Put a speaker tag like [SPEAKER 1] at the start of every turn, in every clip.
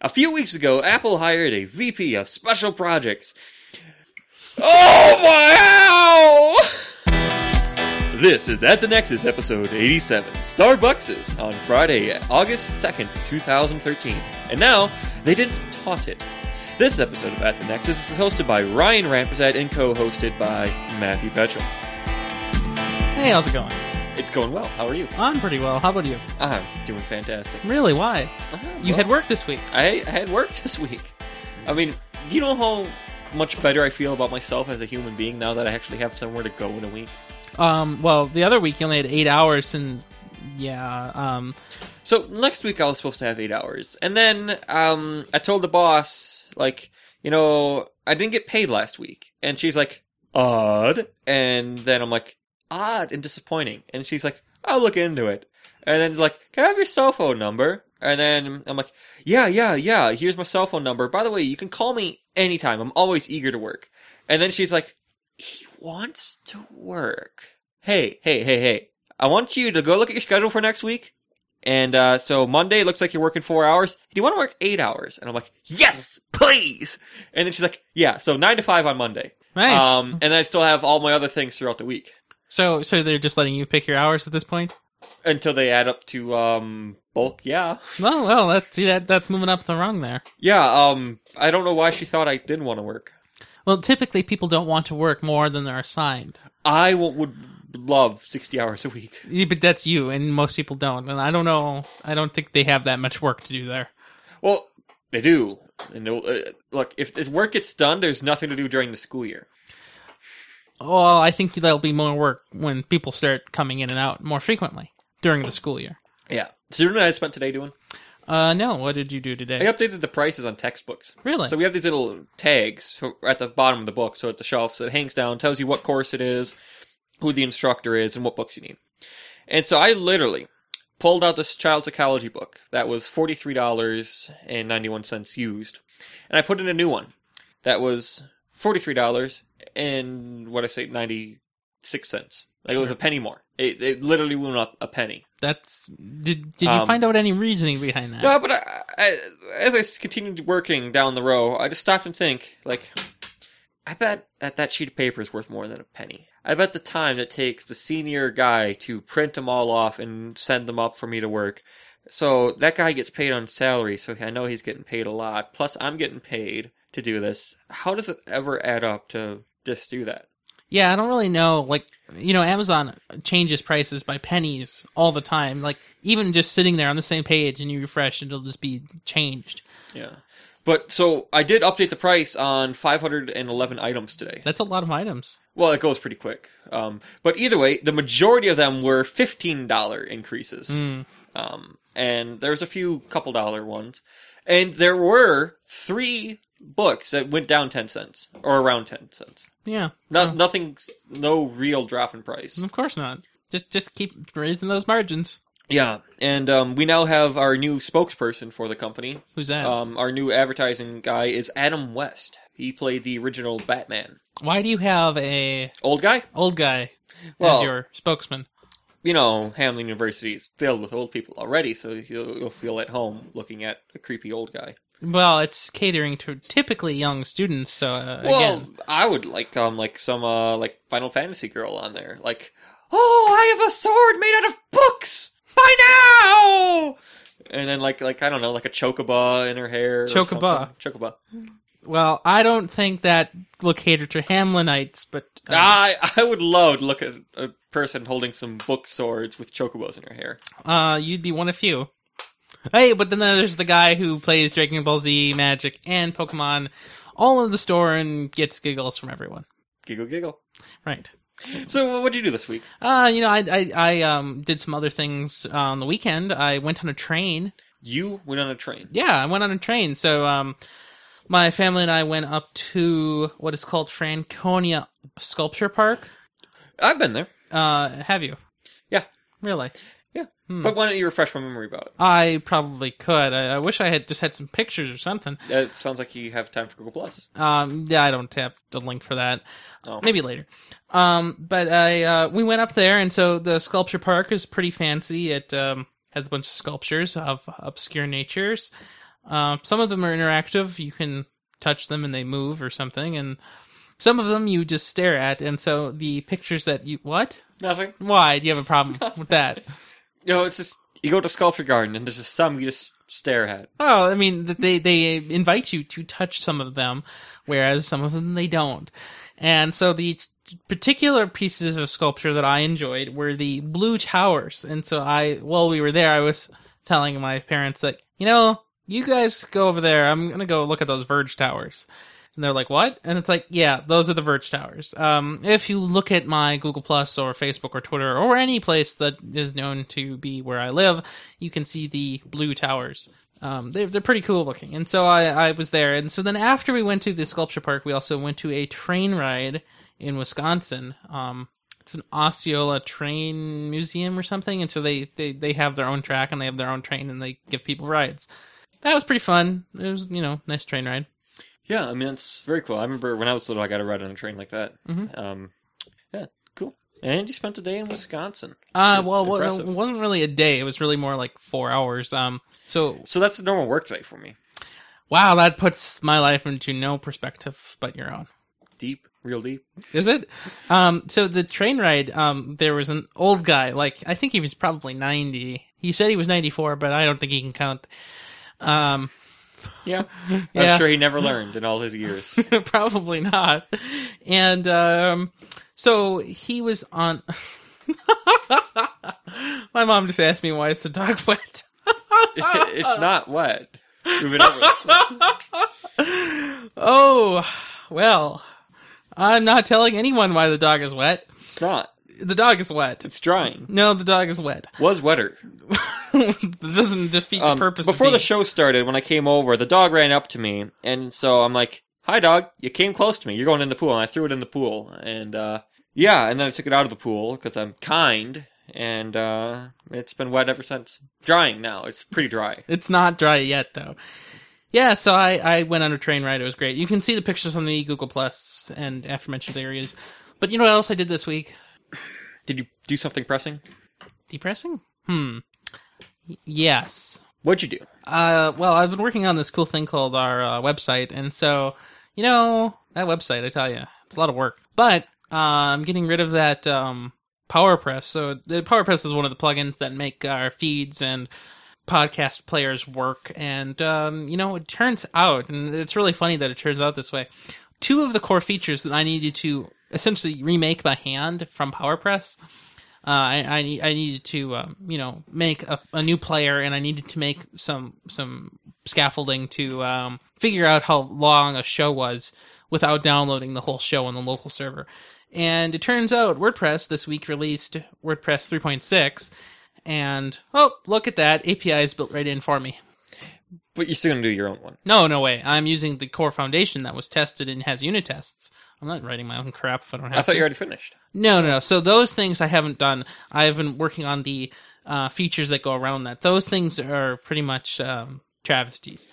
[SPEAKER 1] A few weeks ago, Apple hired a VP of Special Projects. Oh my! Ow! This is At the Nexus, episode 87 Starbucks on Friday, August 2nd, 2013. And now, they didn't taunt it. This episode of At the Nexus is hosted by Ryan Rampersad and co hosted by Matthew Petrel.
[SPEAKER 2] Hey, how's it going?
[SPEAKER 1] It's going well. How are you?
[SPEAKER 2] I'm pretty well. How about you?
[SPEAKER 1] I'm doing fantastic.
[SPEAKER 2] Really? Why?
[SPEAKER 1] I'm
[SPEAKER 2] You
[SPEAKER 1] well.
[SPEAKER 2] had work this week.
[SPEAKER 1] I had work this week. I mean, do you know how much better I feel about myself as a human being now that I actually have somewhere to go in a week?
[SPEAKER 2] Um, well, the other week you only had eight hours, and yeah, um,
[SPEAKER 1] So next week I was supposed to have eight hours, and then um, I told the boss like, you know, I didn't get paid last week, and she's like, odd, and then I'm like, odd and disappointing, and she's like, I'll look into it, and then like, can I have your cell phone number? And then I'm like, yeah, yeah, yeah. Here's my cell phone number. By the way, you can call me anytime. I'm always eager to work. And then she's like, he wants to work. Hey, hey, hey, hey. I want you to go look at your schedule for next week. And uh, so Monday it looks like you're working four hours. Do you want to work eight hours? And I'm like, yes, please. And then she's like, yeah. So nine to five on Monday.
[SPEAKER 2] nice.
[SPEAKER 1] Um, and I still have all my other things throughout the week
[SPEAKER 2] so, so they're just letting you pick your hours at this point.
[SPEAKER 1] until they add up to um bulk. Yeah,
[SPEAKER 2] Well, well, that's see that that's moving up the rung there.
[SPEAKER 1] yeah. Um, I don't know why she thought I didn't want to work.
[SPEAKER 2] Well, typically people don't want to work more than they're assigned,
[SPEAKER 1] I w- would love sixty hours a week.
[SPEAKER 2] Yeah, but that's you, and most people don't. And I don't know. I don't think they have that much work to do there.
[SPEAKER 1] Well, they do. And they'll, uh, look, if this work gets done, there's nothing to do during the school year.
[SPEAKER 2] Well, I think there'll be more work when people start coming in and out more frequently during the school year.
[SPEAKER 1] Yeah. So you know what I spent today doing?
[SPEAKER 2] Uh, no, what did you do today?
[SPEAKER 1] I updated the prices on textbooks.
[SPEAKER 2] Really?
[SPEAKER 1] So we have these little tags at the bottom of the book, so it's a shelf, so it hangs down, tells you what course it is, who the instructor is, and what books you need. And so I literally pulled out this child psychology book that was forty three dollars and ninety one cents used, and I put in a new one that was forty three dollars and what I say ninety six cents. Like it was a penny more. It, it literally went up a penny.
[SPEAKER 2] That's did did you
[SPEAKER 1] Um,
[SPEAKER 2] find out any reasoning behind that?
[SPEAKER 1] No, but I, I, as I s- continued working down the row, I just stopped and think, like, I bet that that sheet of paper is worth more than a penny. I bet the time that takes the senior guy to print them all off and send them up for me to work. So that guy gets paid on salary, so I know he's getting paid a lot. Plus, I'm getting paid to do this. How does it ever add up to just do that?
[SPEAKER 2] Yeah, I don't really know. Like you know, Amazon changes prices by pennies all the time. Like even just sitting there on the same page and you refresh, it'll just be changed.
[SPEAKER 1] Yeah. But so I did update the price on 511 items today.
[SPEAKER 2] That's a lot of items.
[SPEAKER 1] Well, it goes pretty quick. Um, but either way, the majority of them were fifteen dollar increases,
[SPEAKER 2] Mm.
[SPEAKER 1] um, and there's a few couple dollar ones, and there were three books that went down ten cents or around ten cents.
[SPEAKER 2] Yeah,
[SPEAKER 1] No,
[SPEAKER 2] Oh.
[SPEAKER 1] nothing, no real drop in price.
[SPEAKER 2] of course not. Just just keep raising those margins.
[SPEAKER 1] Yeah, and um, we now have our new spokesperson for the company.
[SPEAKER 2] Who's that?
[SPEAKER 1] Um, our new advertising guy is Adam West. He played the original Batman.
[SPEAKER 2] Why do you have a
[SPEAKER 1] Old guy?
[SPEAKER 2] old guy
[SPEAKER 1] Well-
[SPEAKER 2] as your spokesman?
[SPEAKER 1] you know, Hamlin University is filled with old people already, so you'll, you'll feel at home looking at a creepy old guy.
[SPEAKER 2] Well, it's catering to typically young students. So uh,
[SPEAKER 1] Well,
[SPEAKER 2] again,
[SPEAKER 1] I would like um like some uh like Final Fantasy girl on there, like, oh, I have a sword made out of books. By now, and then like like I don't know like a chocoba in her hair. or
[SPEAKER 2] Chocoba.
[SPEAKER 1] something. chocoba.
[SPEAKER 2] well, I don't think that will cater to Hamlinites, but um,
[SPEAKER 1] Ah, I I would love to look at a person holding some book swords with chocobos in her hair.
[SPEAKER 2] Uh, you'd be one of few. Hey, but then there's the guy who plays Dragon Ball Z, Magic, and Pokemon all in the store and gets giggles from everyone.
[SPEAKER 1] Giggle giggle.
[SPEAKER 2] Right.
[SPEAKER 1] So what'd you do this week?
[SPEAKER 2] Uh, you know, I I, I um did some other things on the weekend. I went on a train.
[SPEAKER 1] You went on a train.
[SPEAKER 2] Yeah, I went on a train. So um, my family and I went up to what is called Franconia Sculpture Park.
[SPEAKER 1] I've been there,
[SPEAKER 2] Uh, have you?
[SPEAKER 1] Yeah.
[SPEAKER 2] Really?
[SPEAKER 1] Yeah.
[SPEAKER 2] Hmm.
[SPEAKER 1] but why don't you refresh my memory about it?
[SPEAKER 2] I probably could. I, I wish I had just had some pictures or something.
[SPEAKER 1] That sounds like you have time for Google Plus.
[SPEAKER 2] Um, yeah, I don't have the link for that.
[SPEAKER 1] Oh.
[SPEAKER 2] Maybe later. Um, but I uh, we went up there, and so the sculpture park is pretty fancy. It um, has a bunch of sculptures of obscure natures. Uh, some of them are interactive. You can touch them and they move or something. And some of them you just stare at. And so the pictures that you. What?
[SPEAKER 1] Nothing.
[SPEAKER 2] Why? Do you have a problem with that?
[SPEAKER 1] You know, it's just you go to Sculpture Garden and there's just some you just stare at.
[SPEAKER 2] Oh, I mean, that they they invite you to touch some of them, whereas some of them they don't. And so the t- particular pieces of sculpture that I enjoyed were the blue towers. And so I, while we were there, I was telling my parents that you know, you guys go over there. I'm gonna go look at those Verge towers. And they're like, "What?" And it's like, "Yeah, those are the Verge towers." Um, if you look at my Google Plus or Facebook or Twitter or any place that is known to be where I live, you can see the blue towers. Um, they're, they're pretty cool looking. And so I, I was there. And so then after we went to the sculpture park, we also went to a train ride in Wisconsin. Um, it's an Osceola train museum or something. And so they, they, they have their own track and they have their own train and they give people rides. That was pretty fun. It was, you know, nice train ride.
[SPEAKER 1] Yeah, I mean it's very cool. I remember when I was little, I got a ride on a train like that.
[SPEAKER 2] Mhm.
[SPEAKER 1] Um, yeah, cool. And you spent a day in Wisconsin.
[SPEAKER 2] Uh,
[SPEAKER 1] Which is
[SPEAKER 2] well, wa- it
[SPEAKER 1] impressive.
[SPEAKER 2] wasn't really a day. It was really more like four hours. Um, so
[SPEAKER 1] So that's a normal work day for me.
[SPEAKER 2] wow, that puts my life into no perspective but your own.
[SPEAKER 1] Deep, real deep.
[SPEAKER 2] Is it? Um, so the train ride, um, there was an old guy, like, I think he was probably 90. He said he was 94, but I don't think he can count. Um,
[SPEAKER 1] Yeah,
[SPEAKER 2] Yeah.
[SPEAKER 1] I'm sure he never learned in all his years.
[SPEAKER 2] probably not. And, um, so he was on. My mom just asked me why is the dog wet.
[SPEAKER 1] it's not wet. We've been over. it.
[SPEAKER 2] oh, well, I'm not telling anyone why the dog is wet.
[SPEAKER 1] It's not.
[SPEAKER 2] The dog is wet.
[SPEAKER 1] It's drying.
[SPEAKER 2] No, the dog is wet.
[SPEAKER 1] Was wetter.
[SPEAKER 2] it doesn't defeat the
[SPEAKER 1] Um,
[SPEAKER 2] purpose.
[SPEAKER 1] before
[SPEAKER 2] of
[SPEAKER 1] the
[SPEAKER 2] being-
[SPEAKER 1] show started, when I came over, the dog ran up to me, and so I'm like, "Hi, dog! You came close to me. You're going in the pool." And I threw it in the pool, and uh, yeah, and then I took it out of the pool because I'm kind, and uh, it's been wet ever since. Drying now. It's pretty dry.
[SPEAKER 2] It's not dry yet, though. Yeah, so I, I went on a train ride. It was great. You can see the pictures on the Google Plus and aforementioned areas. But you know what else I did this week?
[SPEAKER 1] Did you do something pressing?
[SPEAKER 2] Depressing? Hmm. Y- yes.
[SPEAKER 1] What'd you do?
[SPEAKER 2] Uh, well, I've been working on this cool thing called our uh, website, and so you know that website, I tell you, it's a lot of work. But uh, I'm getting rid of that um, PowerPress. So the PowerPress is one of the plugins that make our feeds and podcast players work. And um, you know, it turns out, and it's really funny that it turns out this way. Two of the core features that I needed to essentially remake by hand from PowerPress uh, I, I need- I needed to um, you know make a, a new player and I needed to make some some scaffolding to um, figure out how long a show was without downloading the whole show on the local server. And it turns out WordPress this week released WordPress 3.6, and oh look at that API is built right in for me.
[SPEAKER 1] But you're still gonna do your own one.
[SPEAKER 2] No, no way. I'm using the core foundation that was tested and has unit tests. I'm not writing my own crap if I don't have
[SPEAKER 1] I thought
[SPEAKER 2] to.
[SPEAKER 1] you already finished.
[SPEAKER 2] No, no, no. So those things I haven't done. I've been working on the uh, features that go around that. Those things are pretty much um, travesties.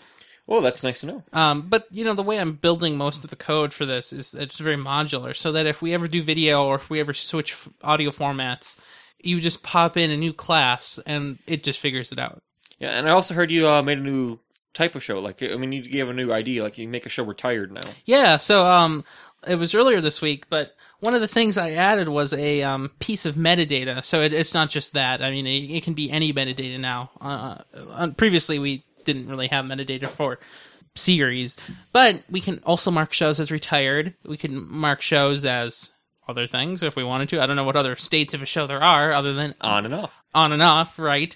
[SPEAKER 1] Well, that's nice to know.
[SPEAKER 2] Um, but you know, the way I'm building most of the code for this is it's very modular, so that if we ever do video or if we ever switch f- audio formats, you just pop in a new class and it just figures it out.
[SPEAKER 1] Yeah, and I also heard you uh, made a new type of show. Like, I mean, you gave a new idea. Like, you make a show. We're tired now.
[SPEAKER 2] Yeah, so um, it was earlier this week, but one of the things I added was a um, piece of metadata. So it, it's not just that. I mean, it, it can be any metadata now. Uh, uh, previously, we didn't really have metadata for series, but we can also mark shows as retired. We can mark shows as other things if we wanted to. I don't know what other states of a show there are other than
[SPEAKER 1] On and off.
[SPEAKER 2] on and off, right?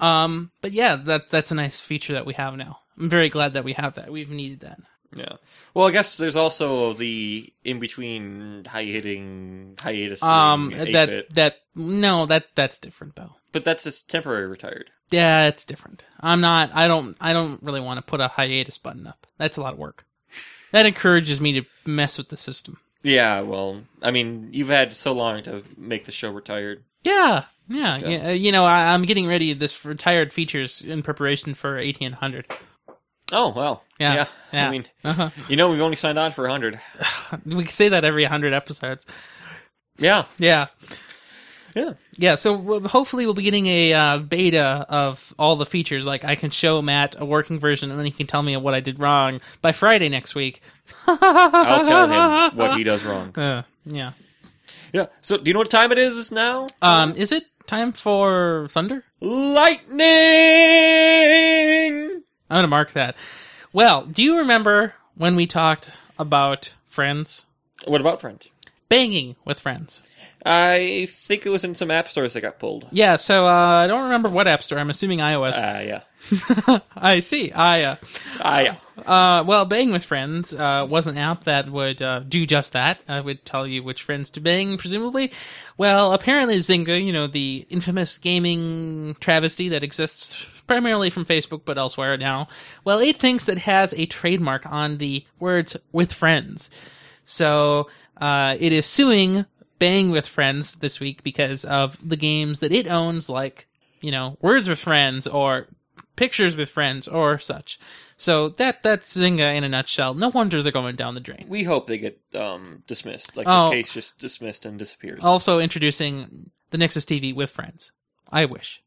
[SPEAKER 2] Um, but yeah, that that's a nice feature that we have now. I'm very glad that we have that. We've needed that.
[SPEAKER 1] Yeah. Well, I guess there's also the in between high hitting hiatus.
[SPEAKER 2] Um, that
[SPEAKER 1] bit.
[SPEAKER 2] that no, that that's different though.
[SPEAKER 1] but that's just temporary retired.
[SPEAKER 2] Yeah, it's different. I'm not. I don't. I don't really want to put a hiatus button up. That's a lot of work. That encourages me to mess with the system.
[SPEAKER 1] Yeah. Well, I mean, you've had so long to make the show retired.
[SPEAKER 2] Yeah, yeah,
[SPEAKER 1] Okay.
[SPEAKER 2] yeah. uh, You know, I, I'm getting ready this retired features in preparation for 1800.
[SPEAKER 1] Oh well.
[SPEAKER 2] Yeah, yeah.
[SPEAKER 1] I mean,
[SPEAKER 2] Uh-huh.
[SPEAKER 1] you know, we've only signed on for hundred.
[SPEAKER 2] We can say that every 100 episodes.
[SPEAKER 1] Yeah.
[SPEAKER 2] Yeah.
[SPEAKER 1] Yeah.
[SPEAKER 2] Yeah, so w- hopefully we'll be getting a uh, beta of all the features. Like I can show Matt a working version, and then he can tell me what I did wrong by Friday next week.
[SPEAKER 1] I'll
[SPEAKER 2] I'll
[SPEAKER 1] tell him what he does wrong.
[SPEAKER 2] Uh, yeah.
[SPEAKER 1] Yeah. So, do you know what time it is now?
[SPEAKER 2] Um, is it time for thunder?
[SPEAKER 1] lightning.
[SPEAKER 2] I'm gonna mark that. Well, do you remember when we talked about friends
[SPEAKER 1] What about Friends?
[SPEAKER 2] banging with friends?
[SPEAKER 1] I think it was in some app stores that got pulled.
[SPEAKER 2] Yeah. So uh, I don't remember what app store. I'm assuming iOS.
[SPEAKER 1] Ah, yeah.
[SPEAKER 2] I see. I. Uh,
[SPEAKER 1] Ah, yeah.
[SPEAKER 2] Uh, well, Bang with Friends uh, was an app that would uh, do just that. I would tell you which friends to bang, presumably. Well, apparently Zynga, you know, the infamous gaming travesty that exists primarily from Facebook but elsewhere now, well, it thinks it has a trademark on the words with friends. So uh, it is suing Bang with Friends this week because of the games that it owns, like, you know, Words with Friends or Pictures with Friends or such. So that that's Zynga in a nutshell. No wonder they're going down the drain.
[SPEAKER 1] We hope they get um, dismissed. Like
[SPEAKER 2] Oh.
[SPEAKER 1] the case just dismissed and disappears.
[SPEAKER 2] Also introducing the Nexus TV with Friends. I wish.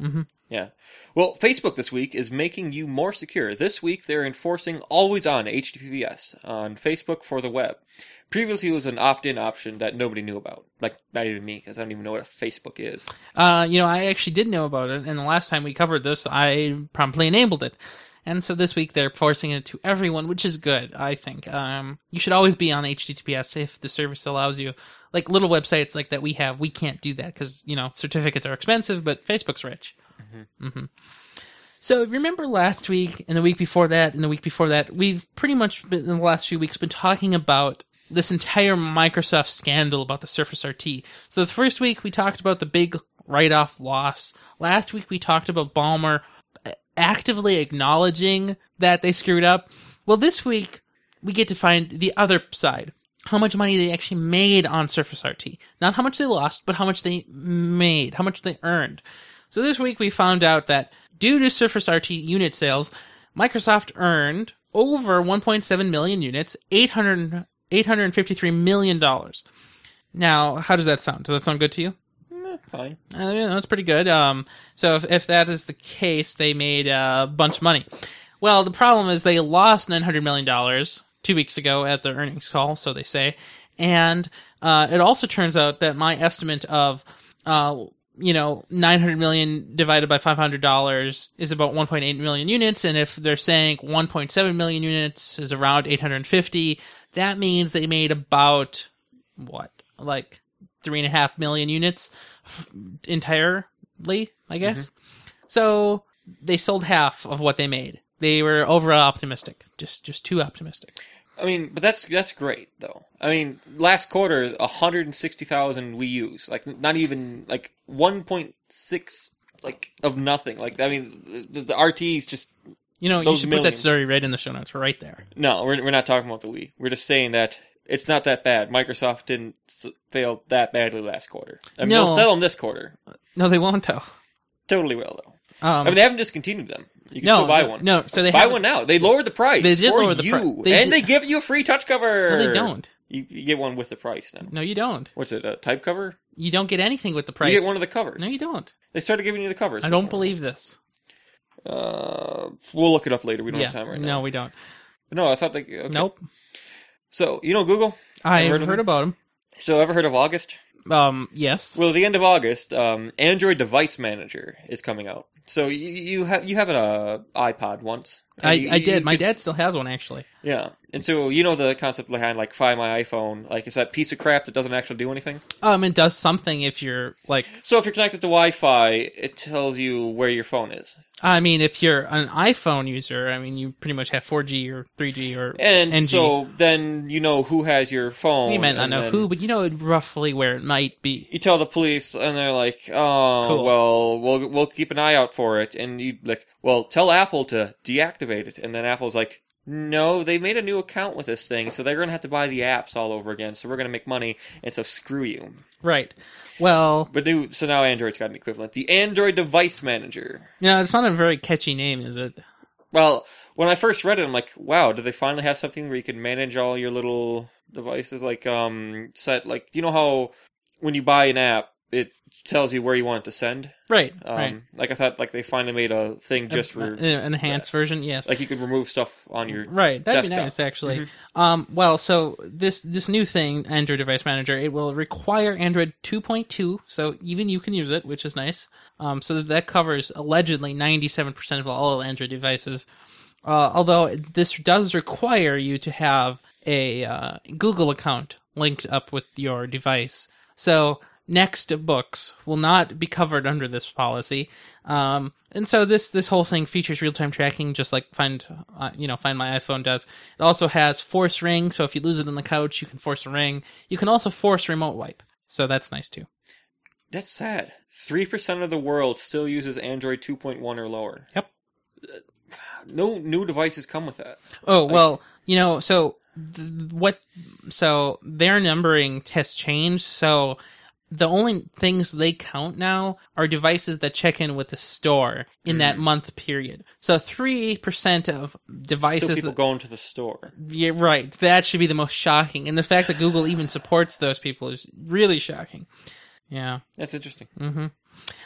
[SPEAKER 2] hmm
[SPEAKER 1] Yeah. Well, Facebook this week is making you more secure. This week, they're enforcing always on HTTPS on Facebook for the web. Previously, it was an opt in option that nobody knew about. Like, not even me, because I don't even know what a Facebook is.
[SPEAKER 2] Uh, you know, I actually did know about it, and the last time we covered this, I promptly enabled it. And so this week they're forcing it to everyone, which is good, I think. Um, you should always be on HTTPS if the service allows you. Like little websites like that we have, we can't do that because you know certificates are expensive, but Facebook's rich. hmm So remember last week and the week before that and the week before that, we've pretty much been, in the last few weeks been talking about this entire Microsoft scandal about the Surface RT. So the first week we talked about the big write-off loss. Last week we talked about Balmer uh, actively acknowledging that they screwed up. Well, this week we get to find the other side. How much money they actually made on Surface RT. Not how much they lost, but how much they made, how much they earned. So this week we found out that due to Surface RT unit sales, Microsoft earned over 1.7 million units, 800, $853 million. Now, how does that sound? Does that sound good to you?
[SPEAKER 1] Eh, fine.
[SPEAKER 2] Uh, yeah, that's pretty good. Um, so if, if that is the case, they made uh, a bunch of money. Well, the problem is they lost nine hundred million dollars two weeks ago at their earnings call, so they say. And uh, it also turns out that my estimate of, uh, you know, nine hundred million divided by five hundred dollars is about one point eight million units. And if they're saying one point seven million units is around eight hundred fifty, that means they made about what, like three and a half million units f- entirely,
[SPEAKER 1] Mm-hmm.
[SPEAKER 2] I guess. So they sold half of what they made. They were over optimistic, just just too optimistic.
[SPEAKER 1] I mean, but that's that's great though. I mean, last quarter, 160,000 Wii U's, like not even like 1.6 like of nothing. Like I mean, the, the RT's just
[SPEAKER 2] You know, you
[SPEAKER 1] Those
[SPEAKER 2] should put that
[SPEAKER 1] millions.
[SPEAKER 2] story right in the show notes, right there.
[SPEAKER 1] no. We're we're not talking about the Wii. We're just saying that it's not that bad. Microsoft didn't s- fail that badly last quarter. I mean,
[SPEAKER 2] No.
[SPEAKER 1] they'll sell them this quarter.
[SPEAKER 2] No, they won't though.
[SPEAKER 1] Totally will though.
[SPEAKER 2] Um,
[SPEAKER 1] I mean, they haven't discontinued them. You can
[SPEAKER 2] no,
[SPEAKER 1] still buy
[SPEAKER 2] no,
[SPEAKER 1] one.
[SPEAKER 2] No, so they
[SPEAKER 1] buy
[SPEAKER 2] haven't-
[SPEAKER 1] one now. They lower the price
[SPEAKER 2] They did
[SPEAKER 1] for
[SPEAKER 2] lower the
[SPEAKER 1] you,
[SPEAKER 2] pri- they
[SPEAKER 1] and
[SPEAKER 2] did-
[SPEAKER 1] they give you a free touch cover.
[SPEAKER 2] No, they don't.
[SPEAKER 1] You, you get one with the price now.
[SPEAKER 2] No, you don't.
[SPEAKER 1] What's it? A type cover?
[SPEAKER 2] You don't get anything with the price.
[SPEAKER 1] You get one of the covers.
[SPEAKER 2] no, you don't.
[SPEAKER 1] They started giving you the covers.
[SPEAKER 2] I don't believe this.
[SPEAKER 1] Uh, we'll look it up later. We don't
[SPEAKER 2] yeah,
[SPEAKER 1] have time right
[SPEAKER 2] no,
[SPEAKER 1] now.
[SPEAKER 2] we don't.
[SPEAKER 1] No, I thought they. Okay.
[SPEAKER 2] Nope.
[SPEAKER 1] So you know Google.
[SPEAKER 2] I've
[SPEAKER 1] heard
[SPEAKER 2] heard,
[SPEAKER 1] of
[SPEAKER 2] about him.
[SPEAKER 1] So ever heard of August?
[SPEAKER 2] Um, yes.
[SPEAKER 1] Well, at the end of August, um, Android Device Manager is coming out. So you you have you have an uh, iPod once. And
[SPEAKER 2] I,
[SPEAKER 1] you-
[SPEAKER 2] I
[SPEAKER 1] you
[SPEAKER 2] did. My
[SPEAKER 1] could-
[SPEAKER 2] dad still has one actually.
[SPEAKER 1] Yeah, and so you know the concept behind like Find My iPhone. Like it's that piece of crap that doesn't actually do anything.
[SPEAKER 2] Um, it does something if you're like
[SPEAKER 1] So if you're connected to Wi-Fi, it tells you where your phone is.
[SPEAKER 2] I mean, if you're an iPhone user, I mean, you pretty much have 4G or 3G or.
[SPEAKER 1] And
[SPEAKER 2] NG.
[SPEAKER 1] so then you know who has your phone.
[SPEAKER 2] you might not
[SPEAKER 1] Oh, and
[SPEAKER 2] know
[SPEAKER 1] then-
[SPEAKER 2] who, but you know roughly where it might be.
[SPEAKER 1] you tell the police and they're like oh
[SPEAKER 2] Cool.
[SPEAKER 1] well we'll we'll keep an eye out for it and you like well tell apple to deactivate it and then apple's like no they made a new account with this thing so they're going to have to buy the apps all over again so we're going to make money and so screw you
[SPEAKER 2] Right. Well,
[SPEAKER 1] but new so now android's got an equivalent the android device manager
[SPEAKER 2] you know, it's not a very catchy name, is it?
[SPEAKER 1] well when i first read it i'm like wow do they finally have something where you can manage all your little devices like um set like you know how when you buy an app it tells you where you want it to send.
[SPEAKER 2] Right.
[SPEAKER 1] Um,
[SPEAKER 2] right. uh,
[SPEAKER 1] Like I thought, like they finally made a thing just
[SPEAKER 2] An-
[SPEAKER 1] for
[SPEAKER 2] an enhanced version. Yes.
[SPEAKER 1] like you could remove stuff on your
[SPEAKER 2] Right, that'd be
[SPEAKER 1] desktop. Mm-hmm.
[SPEAKER 2] nice actually. Um, well, so this this new thing, Android Device Manager, it will require Android 2.2, so even you can use it, which is nice. Um, so that covers allegedly 97% of all Android devices. Uh, although this does require you to have a uh, Google account linked up with your device. So next books will not be covered under this policy. Um, and so this this whole thing features real time tracking, just like find uh, you know find my iPhone does. It also has force ring, so if you lose it on the couch, you can force a ring. You can also force remote wipe, so that's nice too.
[SPEAKER 1] That's sad. Three percent of the world still uses Android 2.1 or lower.
[SPEAKER 2] Yep.
[SPEAKER 1] Uh, No new devices come with that.
[SPEAKER 2] Oh well, you know, so th- what? So their numbering has changed. So the only things they count now are devices that check in with the store in that
[SPEAKER 1] Mm.
[SPEAKER 2] month period. So three percent of
[SPEAKER 1] Still
[SPEAKER 2] devices
[SPEAKER 1] people going to the store.
[SPEAKER 2] Yeah, right. That should be the most shocking, and the fact that Google even supports those people is really shocking. Yeah.
[SPEAKER 1] That's interesting.
[SPEAKER 2] Mm-hmm.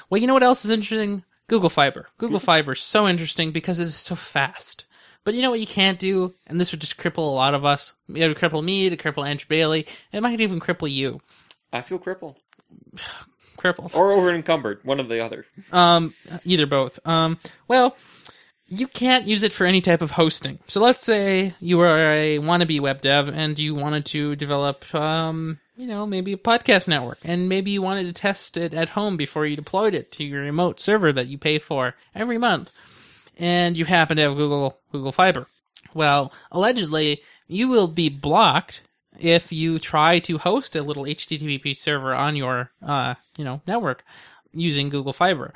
[SPEAKER 2] Well, you know what else is interesting? Google Fiber. Google Fiber is so interesting because it is so fast. But you know what you can't do, and this would just cripple a lot of us. It would cripple me. It would cripple Andrew Bailey. It might even cripple you.
[SPEAKER 1] I feel crippled
[SPEAKER 2] Cripples.
[SPEAKER 1] or over encumbered, one or the other.
[SPEAKER 2] Um, either both. Um, well, you can't use it for any type of hosting. So let's say you are a wannabe web dev and you wanted to develop, um, you know, maybe a podcast network, and maybe you wanted to test it at home before you deployed it to your remote server that you pay for every month, and you happen to have Google Google Fiber. Well, allegedly, you will be blocked if you try to host a little HTTP server on your, uh, you know, network using Google Fiber,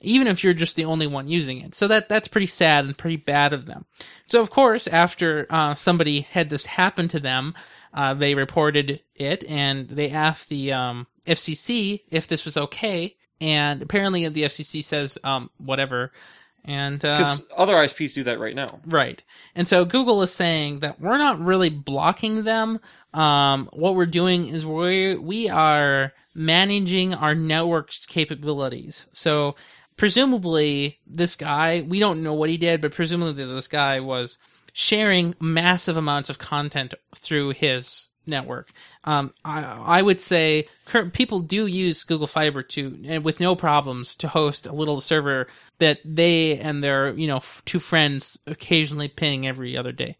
[SPEAKER 2] even if you're just the only one using it. So that that's pretty sad and pretty bad of them. So of course, after uh, somebody had this happen to them, uh, they reported it and they asked the um, FCC if this was okay. And apparently, the FCC says um, whatever. And uh,
[SPEAKER 1] Because other ISPs do that right now.
[SPEAKER 2] Right. And so Google is saying that we're not really blocking them. Um, what we're doing is we we are managing our network's capabilities. So presumably this guy, we don't know what he did, but presumably this guy was sharing massive amounts of content through his network. Um, I, I would say cur- people do use Google Fiber to, and with no problems, to host a little server that they and their you know f- two friends occasionally ping every other day.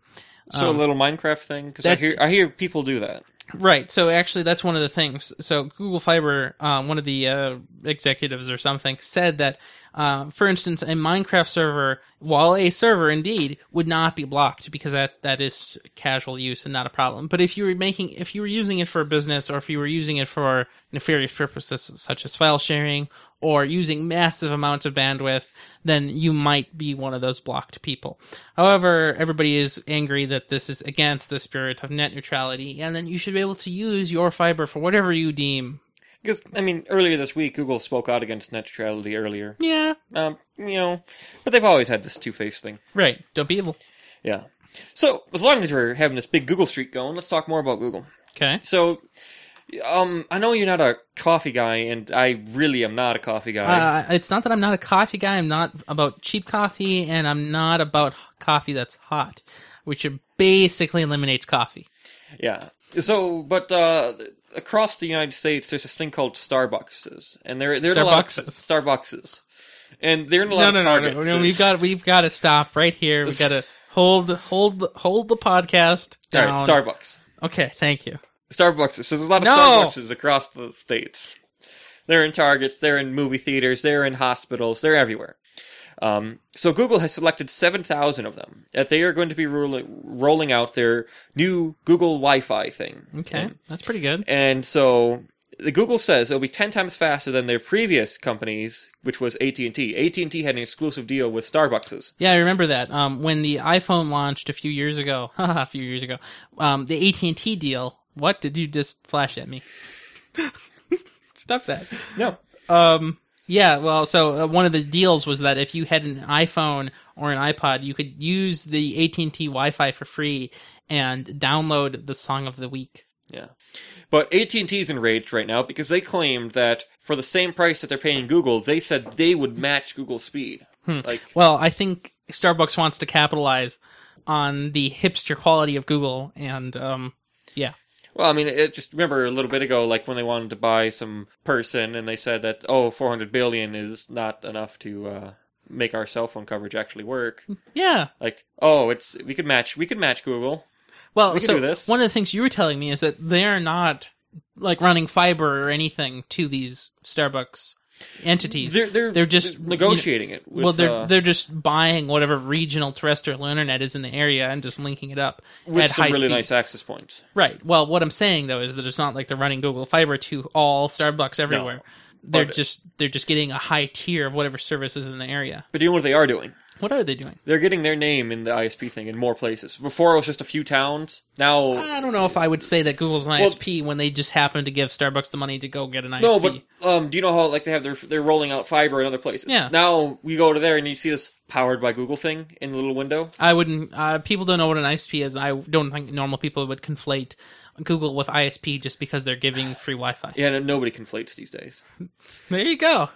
[SPEAKER 1] So
[SPEAKER 2] Um,
[SPEAKER 1] a little Minecraft thing. Because I
[SPEAKER 2] that-
[SPEAKER 1] hear I hear people do that.
[SPEAKER 2] Right. So actually, that's one of the things. So Google Fiber, um, one of the uh, executives or something, said that, uh, for instance, a Minecraft server, while a server indeed would not be blocked because that that is casual use and not a problem. But if you were making, if you were using it for business or if you were using it for nefarious purposes such as file sharing or using massive amounts of bandwidth, then you might be one of those blocked people. However, everybody is angry that this is against the spirit of net neutrality, and then you should be able to use your fiber for whatever you deem.
[SPEAKER 1] Because I mean, earlier this week, Google spoke out against net neutrality. Earlier,
[SPEAKER 2] Yeah,
[SPEAKER 1] um, you know, but they've always had this two-faced thing.
[SPEAKER 2] right. Don't be evil.
[SPEAKER 1] Yeah. So as long as we're having this big Google streak going, let's talk more about Google.
[SPEAKER 2] Okay.
[SPEAKER 1] So, um, I know you're not a coffee guy, and I really am not a coffee guy.
[SPEAKER 2] Uh, it's not that I'm not a coffee guy. I'm not about cheap coffee, and I'm not about coffee that's hot, which basically eliminates coffee.
[SPEAKER 1] yeah. So, but uh, across the United States, there's this thing called Starbuckses, and they're they're in a lot of, Starbuckses, and they're in a lot
[SPEAKER 2] No,
[SPEAKER 1] of
[SPEAKER 2] no, no, no,
[SPEAKER 1] targets.
[SPEAKER 2] no. We've got we've got to stop right here. We've got to hold hold hold the podcast
[SPEAKER 1] all
[SPEAKER 2] down.
[SPEAKER 1] right, Starbucks.
[SPEAKER 2] Okay, thank you.
[SPEAKER 1] Starbucks. So there's a lot of
[SPEAKER 2] No!
[SPEAKER 1] Starbuckses across the states. They're in Targets, they're in movie theaters, they're in hospitals, they're everywhere. Um, so Google has selected 7,000 of them that they are going to be rolling, rolling out their new Google Wi-Fi thing.
[SPEAKER 2] Okay,
[SPEAKER 1] And,
[SPEAKER 2] that's pretty good.
[SPEAKER 1] and so the Google says it'll be 10 times faster than their previous companies, which was AT&T. AT&T had an exclusive deal with Starbuckses.
[SPEAKER 2] Yeah, I remember that. Um, when the iPhone launched a few years ago, a few years ago, um, the AT and T deal. What did you just flash at me? Stop that.
[SPEAKER 1] No.
[SPEAKER 2] Um, yeah. Well, so uh, one of the deals was that if you had an iPhone or an iPod, you could use the AT and T Wi Fi for free and download the song of the week.
[SPEAKER 1] But AT&T is enraged right now because they claimed that for the same price that they're paying Google, they said they would match Google's speed.
[SPEAKER 2] Hmm.
[SPEAKER 1] Like
[SPEAKER 2] Well, I think Starbucks wants to capitalize on the hipster quality of Google, and um,
[SPEAKER 1] Well, I mean, it just remember a little bit ago, like when they wanted to buy some person, and they said that oh, 400 billion is not enough to uh, make our cell phone coverage actually work.
[SPEAKER 2] Hmm. yeah.
[SPEAKER 1] Like, oh, it's we could match, we could match Google.
[SPEAKER 2] Well,
[SPEAKER 1] We can
[SPEAKER 2] so
[SPEAKER 1] do this.
[SPEAKER 2] one of the things you were telling me is that they're not like running fiber or anything to these Starbucks entities.
[SPEAKER 1] They're they're,
[SPEAKER 2] They're just-
[SPEAKER 1] negotiating it. With,
[SPEAKER 2] well, they're
[SPEAKER 1] uh,
[SPEAKER 2] they're just buying whatever regional terrestrial internet is in the area and just linking it up
[SPEAKER 1] with
[SPEAKER 2] at
[SPEAKER 1] some
[SPEAKER 2] high
[SPEAKER 1] really
[SPEAKER 2] speed.
[SPEAKER 1] nice access points.
[SPEAKER 2] Right. Well, what I'm saying though is that it's not like they're running Google Fiber to all Starbucks everywhere. They're
[SPEAKER 1] But-
[SPEAKER 2] just they're just getting a high tier of whatever service is in the area.
[SPEAKER 1] But you know what they are doing?
[SPEAKER 2] What are they doing?
[SPEAKER 1] They're getting their name in the ISP thing in more places. Before it was just a few towns. Now
[SPEAKER 2] I don't know if I would say that Google's an ISP when they just happen to give Starbucks the money to go get an ISP.
[SPEAKER 1] No, but um, do you know how like they have their they're rolling out fiber in other places?
[SPEAKER 2] Yeah.
[SPEAKER 1] Now we go to there and you see this powered by Google thing in the little window.
[SPEAKER 2] I wouldn't. Uh, people don't know what an ISP is. I don't think normal people would conflate Google with ISP just because they're giving free Wi-Fi.
[SPEAKER 1] Yeah, no, nobody conflates these days.
[SPEAKER 2] There you go.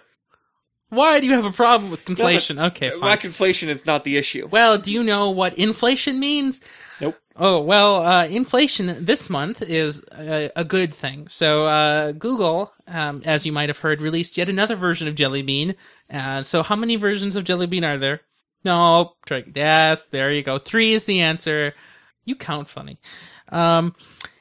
[SPEAKER 2] Why do you have a problem with conflation? okay,
[SPEAKER 1] Uh,
[SPEAKER 2] fine.
[SPEAKER 1] My conflation is not the issue.
[SPEAKER 2] Well, do you know what inflation means?
[SPEAKER 1] Nope.
[SPEAKER 2] Oh, well, uh, inflation this month is a, a good thing. So, uh, Google, um, as you might have heard, released yet another version of Jelly Bean. Uh, so, how many versions of Jelly Bean are there? No, try, yes, there you go. Three is the answer. You count funny. Um,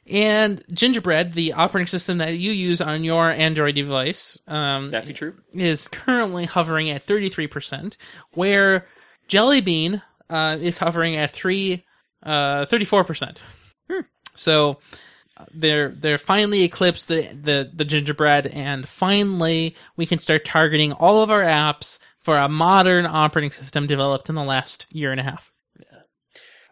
[SPEAKER 2] and Gingerbread, the operating system that you use on your Android device, um,
[SPEAKER 1] That'd be true.
[SPEAKER 2] is currently hovering at 33%, where Jelly Bean uh, is hovering at 3 uh, 34%.
[SPEAKER 1] Hmm.
[SPEAKER 2] So uh, they're they're finally eclipsed the, the the gingerbread and finally we can start targeting all of our apps for a modern operating system developed in the last year and a half.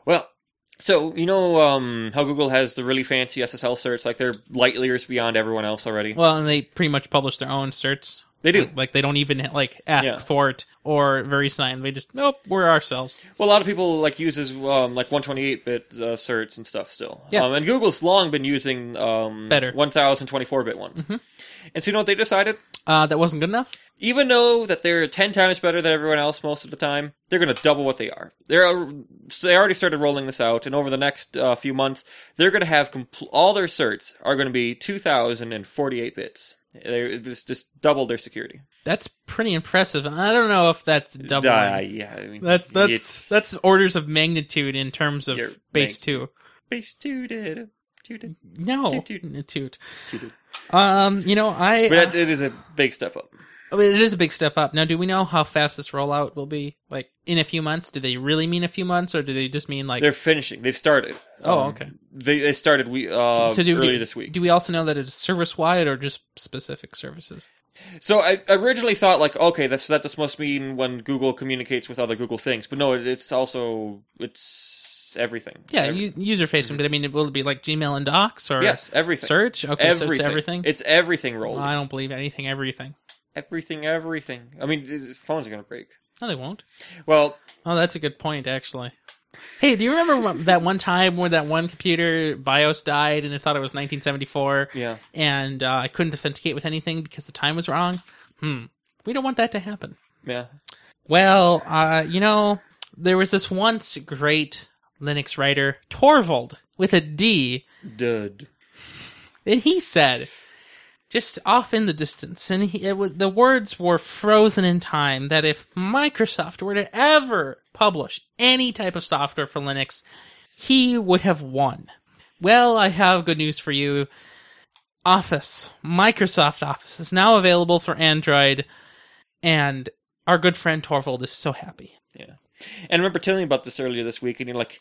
[SPEAKER 1] Well, so you know um, how Google has the really fancy SSL certs, like they're light years beyond everyone else already.
[SPEAKER 2] Well, and they pretty much publish their own certs.
[SPEAKER 1] they do.
[SPEAKER 2] Like they don't even like ask
[SPEAKER 1] Yeah.
[SPEAKER 2] for it or VeriSign. They just nope, we're ourselves.
[SPEAKER 1] Well, a lot of people like uses um, like 128-bit uh, certs and stuff still.
[SPEAKER 2] Yeah.
[SPEAKER 1] Um, and Google's long been using um,
[SPEAKER 2] Better.
[SPEAKER 1] 1024-bit ones.
[SPEAKER 2] Mhm.
[SPEAKER 1] And so you know what they decided?
[SPEAKER 2] Uh, that wasn't good enough.
[SPEAKER 1] even though that they're 10 times better than everyone else most of the time they're going to double what they are they're so they already started rolling this out and over the next uh, few months they're going to have compl- all their certs are going to be 2048 bits they just, just double their security
[SPEAKER 2] That's pretty impressive. and I don't know if that's double.
[SPEAKER 1] Uh, yeah I mean,
[SPEAKER 2] That, that's
[SPEAKER 1] it's-
[SPEAKER 2] that's orders of magnitude in terms of
[SPEAKER 1] Your
[SPEAKER 2] base
[SPEAKER 1] magnitude.
[SPEAKER 2] two.
[SPEAKER 1] base tooted tooted
[SPEAKER 2] No,
[SPEAKER 1] Toot,
[SPEAKER 2] toot.
[SPEAKER 1] tooted
[SPEAKER 2] Um, you know, I
[SPEAKER 1] but
[SPEAKER 2] uh,
[SPEAKER 1] that- it is a big step up
[SPEAKER 2] I mean, it is a big step up. Now, do we know how fast this rollout will be? Like in a few months? Do they really mean a few months, or do they just mean like?
[SPEAKER 1] they're finishing they've started
[SPEAKER 2] Oh,
[SPEAKER 1] Um,
[SPEAKER 2] okay.
[SPEAKER 1] they, they started we uh,
[SPEAKER 2] So do we-
[SPEAKER 1] earlier this week
[SPEAKER 2] Do we also know that it is service wide or just specific services?
[SPEAKER 1] So I I originally thought like, okay, that's that just must mean when Google communicates with other Google things, but no, it, it's also it's everything.
[SPEAKER 2] Yeah,
[SPEAKER 1] Every-
[SPEAKER 2] u- user facing, but I mean, it will be like Gmail and Docs or
[SPEAKER 1] yes, everything,
[SPEAKER 2] search. Okay, so it's
[SPEAKER 1] everything,
[SPEAKER 2] everything.
[SPEAKER 1] It's everything
[SPEAKER 2] Well,
[SPEAKER 1] rolled,
[SPEAKER 2] I don't believe anything. Everything.
[SPEAKER 1] everything, everything. I mean, these phones are gonna break.
[SPEAKER 2] No, they won't.
[SPEAKER 1] Well,
[SPEAKER 2] Oh, that's a good point, actually. Hey, do you remember wh- that one time where that one computer BIOS died and I thought it was 1974
[SPEAKER 1] yeah,
[SPEAKER 2] and uh, I couldn't authenticate with anything because the time was wrong? Hmm. We don't want that to happen.
[SPEAKER 1] yeah.
[SPEAKER 2] Well, uh, you know, there was this once great Linux writer, Torvald, with a D,
[SPEAKER 1] Dud.
[SPEAKER 2] and he said, just off in the distance, and he, it was, the words were frozen in time that if Microsoft were to ever publish any type of software for Linux, he would have won. Well, I have good news for you. Office, Microsoft Office, is now available for Android, and our good friend Torvald is so happy.
[SPEAKER 1] And I remember telling you about this earlier this week, and you're like,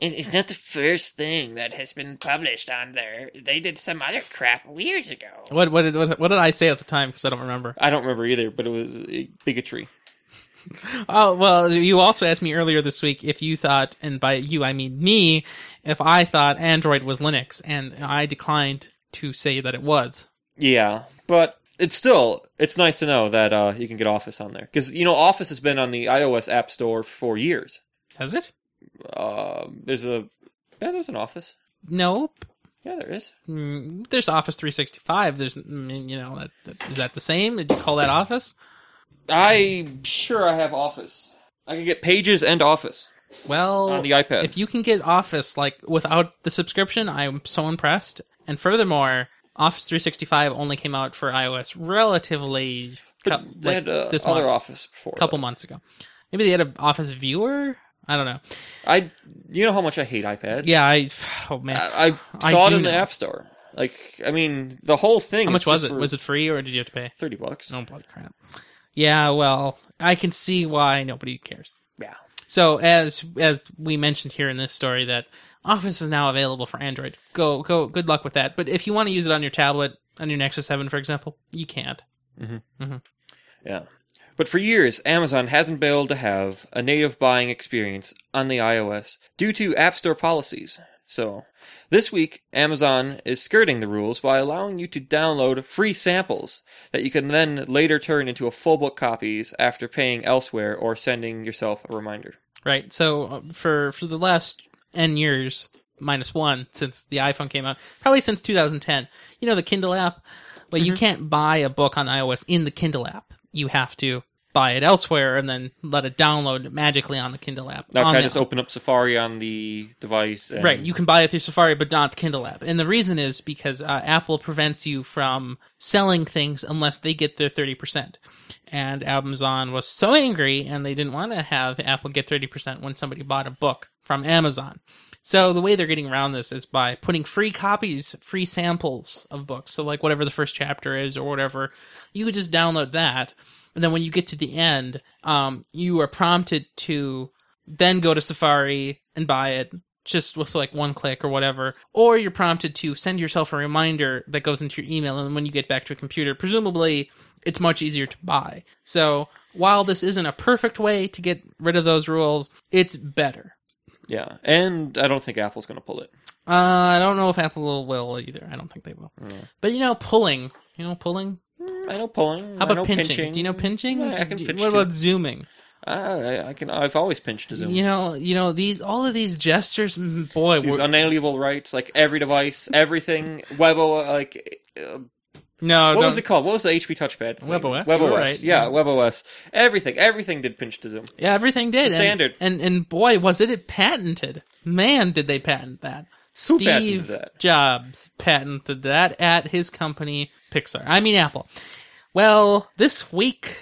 [SPEAKER 3] It's, it's not the first thing that has been published on there. They did some other crap years ago.
[SPEAKER 2] What what did what, what did I say at the time? Because I don't remember.
[SPEAKER 1] I don't remember either, but it was uh, bigotry.
[SPEAKER 2] Oh well, you also asked me earlier this week if you thought, and by you I mean me, if I thought Android was Linux, and I declined to say that it was.
[SPEAKER 1] Yeah, but it's still it's nice to know that uh, you can get Office on there because you know Office has been on the iOS App Store for years.
[SPEAKER 2] Has it?
[SPEAKER 1] Um, there's a yeah, there's an Office.
[SPEAKER 2] Nope.
[SPEAKER 1] Yeah, there is.
[SPEAKER 2] Mm, There's Office 365. There's, I mean, you know, that, that, is that the same? Did you call that Office?
[SPEAKER 1] I'm sure I have Office. I can get Pages and Office
[SPEAKER 2] Well,
[SPEAKER 1] on Uh, the iPad.
[SPEAKER 2] if you can get Office like without the subscription, I'm so impressed. And furthermore, Office 365 only came out for iOS relatively
[SPEAKER 1] but
[SPEAKER 2] cou-
[SPEAKER 1] they
[SPEAKER 2] like
[SPEAKER 1] had uh,
[SPEAKER 2] this
[SPEAKER 1] other
[SPEAKER 2] month,
[SPEAKER 1] Office before.
[SPEAKER 2] a couple months ago. Maybe they had an Office viewer. I don't know.
[SPEAKER 1] I, you know how much I hate iPads.
[SPEAKER 2] Yeah, I. Oh man,
[SPEAKER 1] Uh, I, I
[SPEAKER 2] I
[SPEAKER 1] saw it
[SPEAKER 2] do
[SPEAKER 1] in the
[SPEAKER 2] know.
[SPEAKER 1] App Store. Like, I mean, the whole thing.
[SPEAKER 2] how much was it? Was it free or did you have to pay?
[SPEAKER 1] thirty bucks?
[SPEAKER 2] Oh blood crap. Yeah, well, I can see why nobody cares.
[SPEAKER 1] Yeah.
[SPEAKER 2] So as as we mentioned here in this story that Office is now available for Android. Go go good luck with that. But if you want to use it on your tablet, on your Nexus 7 for example, you can't.
[SPEAKER 1] But for years, Amazon hasn't been able to have a native buying experience on the iOS due to App Store policies. So, this week, Amazon is skirting the rules by allowing you to download free samples that you can then later turn into a full book copies after paying elsewhere or sending yourself a reminder.
[SPEAKER 2] Right? So uh, for for the last n years minus 1 since the iPhone came out, probably since 2010. You know the Kindle app, but
[SPEAKER 1] Mm-hmm.
[SPEAKER 2] you can't buy a book on iOS in the Kindle app. You have to buy it elsewhere and then let it download magically on the Kindle app.
[SPEAKER 1] Now,
[SPEAKER 2] on
[SPEAKER 1] can I
[SPEAKER 2] the-
[SPEAKER 1] just open up Safari on the device? And
[SPEAKER 2] Right, you can buy it through Safari, but not the Kindle app. And the reason is because uh, Apple prevents you from selling things unless they get their 30%. And Amazon was so angry and they didn't want to have Apple get 30% when somebody bought a book from Amazon. So the way they're getting around this is by putting free copies, free samples of books. So like whatever the first chapter is or whatever, you could just download that. And then when you get to the end, um, you are prompted to then go to Safari and buy it just with like one click or whatever, or you're prompted to send yourself a reminder that goes into your email, and when you get back to a computer, presumably it's much easier to buy. So while this isn't a perfect way to get rid of those rules, it's better.
[SPEAKER 1] yeah, and I don't think Apple's going to pull it.
[SPEAKER 2] Uh, I don't know if Apple will either. I don't think they will.
[SPEAKER 1] Mm.
[SPEAKER 2] But you know, pulling. You know, pulling.
[SPEAKER 1] Mm, I know pulling.
[SPEAKER 2] How
[SPEAKER 1] I know
[SPEAKER 2] about pinching?
[SPEAKER 1] pinching?
[SPEAKER 2] Do you know pinching?
[SPEAKER 1] Yeah, I can
[SPEAKER 2] Do-
[SPEAKER 1] pinch
[SPEAKER 2] what
[SPEAKER 1] too.
[SPEAKER 2] about zooming?
[SPEAKER 1] Ah, I, I can. I've always pinched to zoom.
[SPEAKER 2] You know, you know these all of these gestures. mm, Boy,
[SPEAKER 1] These
[SPEAKER 2] were-
[SPEAKER 1] unalienable rights, like every device, everything. WebOS, like uh,
[SPEAKER 2] no.
[SPEAKER 1] what
[SPEAKER 2] Oh, don't-
[SPEAKER 1] was it called? What was the HP touchpad? Thing?
[SPEAKER 2] WebOS, you were
[SPEAKER 1] WebOS.
[SPEAKER 2] right.
[SPEAKER 1] Yeah, WebOS. Everything. Everything did pinch to zoom.
[SPEAKER 2] Yeah, everything did.
[SPEAKER 1] It's a
[SPEAKER 2] and-
[SPEAKER 1] standard.
[SPEAKER 2] And, and boy, was it it patented. Man, did they patent that.
[SPEAKER 1] Who
[SPEAKER 2] Steve
[SPEAKER 1] patented that?
[SPEAKER 2] Jobs patented that at his company Pixar. I mean Apple. Well, this week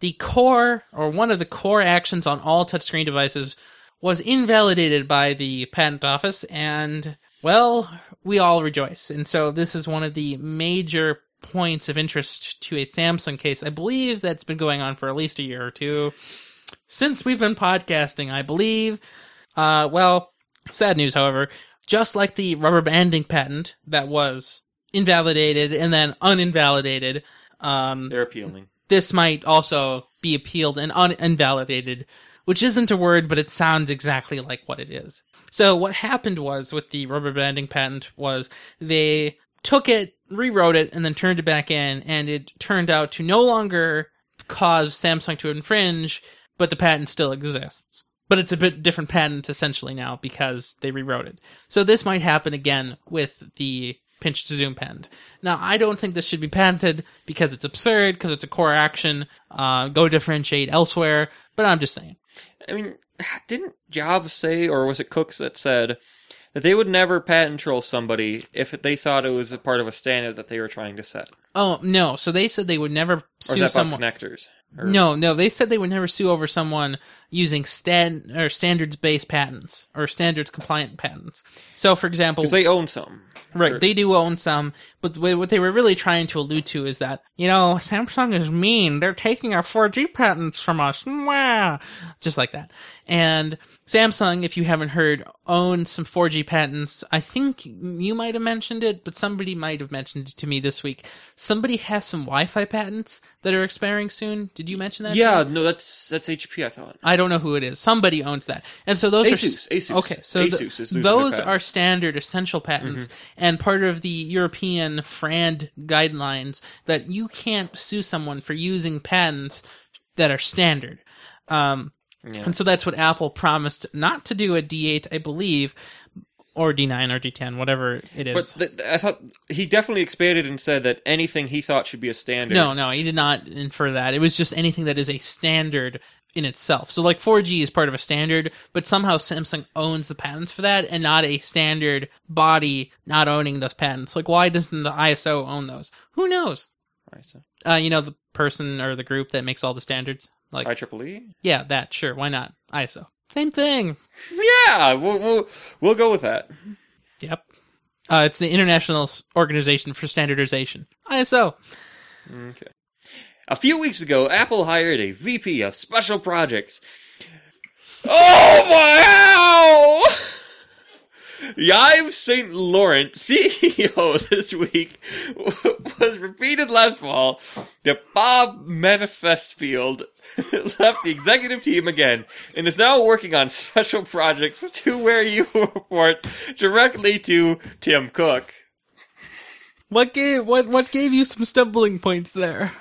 [SPEAKER 2] the core or one of the core actions on all touchscreen devices was invalidated by the patent office and well, we all rejoice. And so this is one of the major points of interest to a Samsung case. I believe that's been going on for at least a year or two since we've been podcasting, I believe. Uh, well, sad news, however, just like the rubber banding patent that was invalidated and then uninvalidated, um,
[SPEAKER 1] They're appealing.
[SPEAKER 2] this might also be appealed and un- invalidated, which isn't a word, but it sounds exactly like what it is. So what happened was with the rubber banding patent was they took it, rewrote it, and then turned it back in, and it turned out to no longer cause Samsung to infringe, but the patent still exists. But it's a bit different patent essentially now because they rewrote it. So this might happen again with the pinch to zoom patent. Now, I don't think this should be patented because it's absurd, because it's a core action. Uh, go differentiate elsewhere. But I'm just saying.
[SPEAKER 1] I mean, didn't Jobs say, or was it Cooks that said that they would never patent troll somebody if they thought it was a part of a standard that they were trying to set,
[SPEAKER 2] Oh no! So they said they would never
[SPEAKER 1] or is
[SPEAKER 2] sue
[SPEAKER 1] that
[SPEAKER 2] someone.
[SPEAKER 1] about connectors? Or-
[SPEAKER 2] No, no, they said they would never sue over someone using stand or standards-based patents or standards-compliant patents. So, for example,
[SPEAKER 1] because they own some.
[SPEAKER 2] Right, they do own some, but the way- what they were really trying to allude to is that you know Samsung is mean. They're taking our 4G patents from us, Mwah! just like that. And Samsung, if you haven't heard, owned some 4G patents. I think you might have mentioned it, but somebody might have mentioned it to me this week. Somebody has some Wi-Fi patents that are expiring soon. Did you mention that?
[SPEAKER 1] Yeah, no, that's that's HP. I thought.
[SPEAKER 2] I don't know who it is. Somebody owns that, and so those are
[SPEAKER 1] Asus, Asus.
[SPEAKER 2] Okay, so the-
[SPEAKER 1] Asus is losing their
[SPEAKER 2] those
[SPEAKER 1] patent. Mm-hmm.
[SPEAKER 2] are standard essential patents and part of the European FRAND guidelines that you can't sue someone for using patents that are standard. Um,
[SPEAKER 1] Yeah.
[SPEAKER 2] And so that's what Apple promised not to do at D8, I believe. or D9 or D10, whatever it is.
[SPEAKER 1] But th- th- I thought he definitely expanded and said that anything he thought should be a standard.
[SPEAKER 2] No, no, he did not infer that. It was just anything that is a standard in itself. So like 4G is part of a standard, but somehow Samsung owns the patents for that and not a standard body not owning those patents. Like why doesn't the ISO own those? Who knows?
[SPEAKER 1] Alright, so-
[SPEAKER 2] Uh, you know the person or the group that makes all the standards. Like
[SPEAKER 1] IEEE?
[SPEAKER 2] yeah, that sure, why not? ISO. Same thing.
[SPEAKER 1] Yeah, we'll, we'll we'll go with that.
[SPEAKER 2] Yep. Uh, it's the International S- Organization for Standardization. ISO.
[SPEAKER 1] Okay. A few weeks ago, Apple hired a VP of Special Projects. Oh my! Ow! Yive St. Laurent, CEO this week, was repeated last fall that Bob Manifestfield left the executive team again and is now working on special projects to where you report directly to Tim Cook.
[SPEAKER 2] What gave what what gave you some stumbling points there?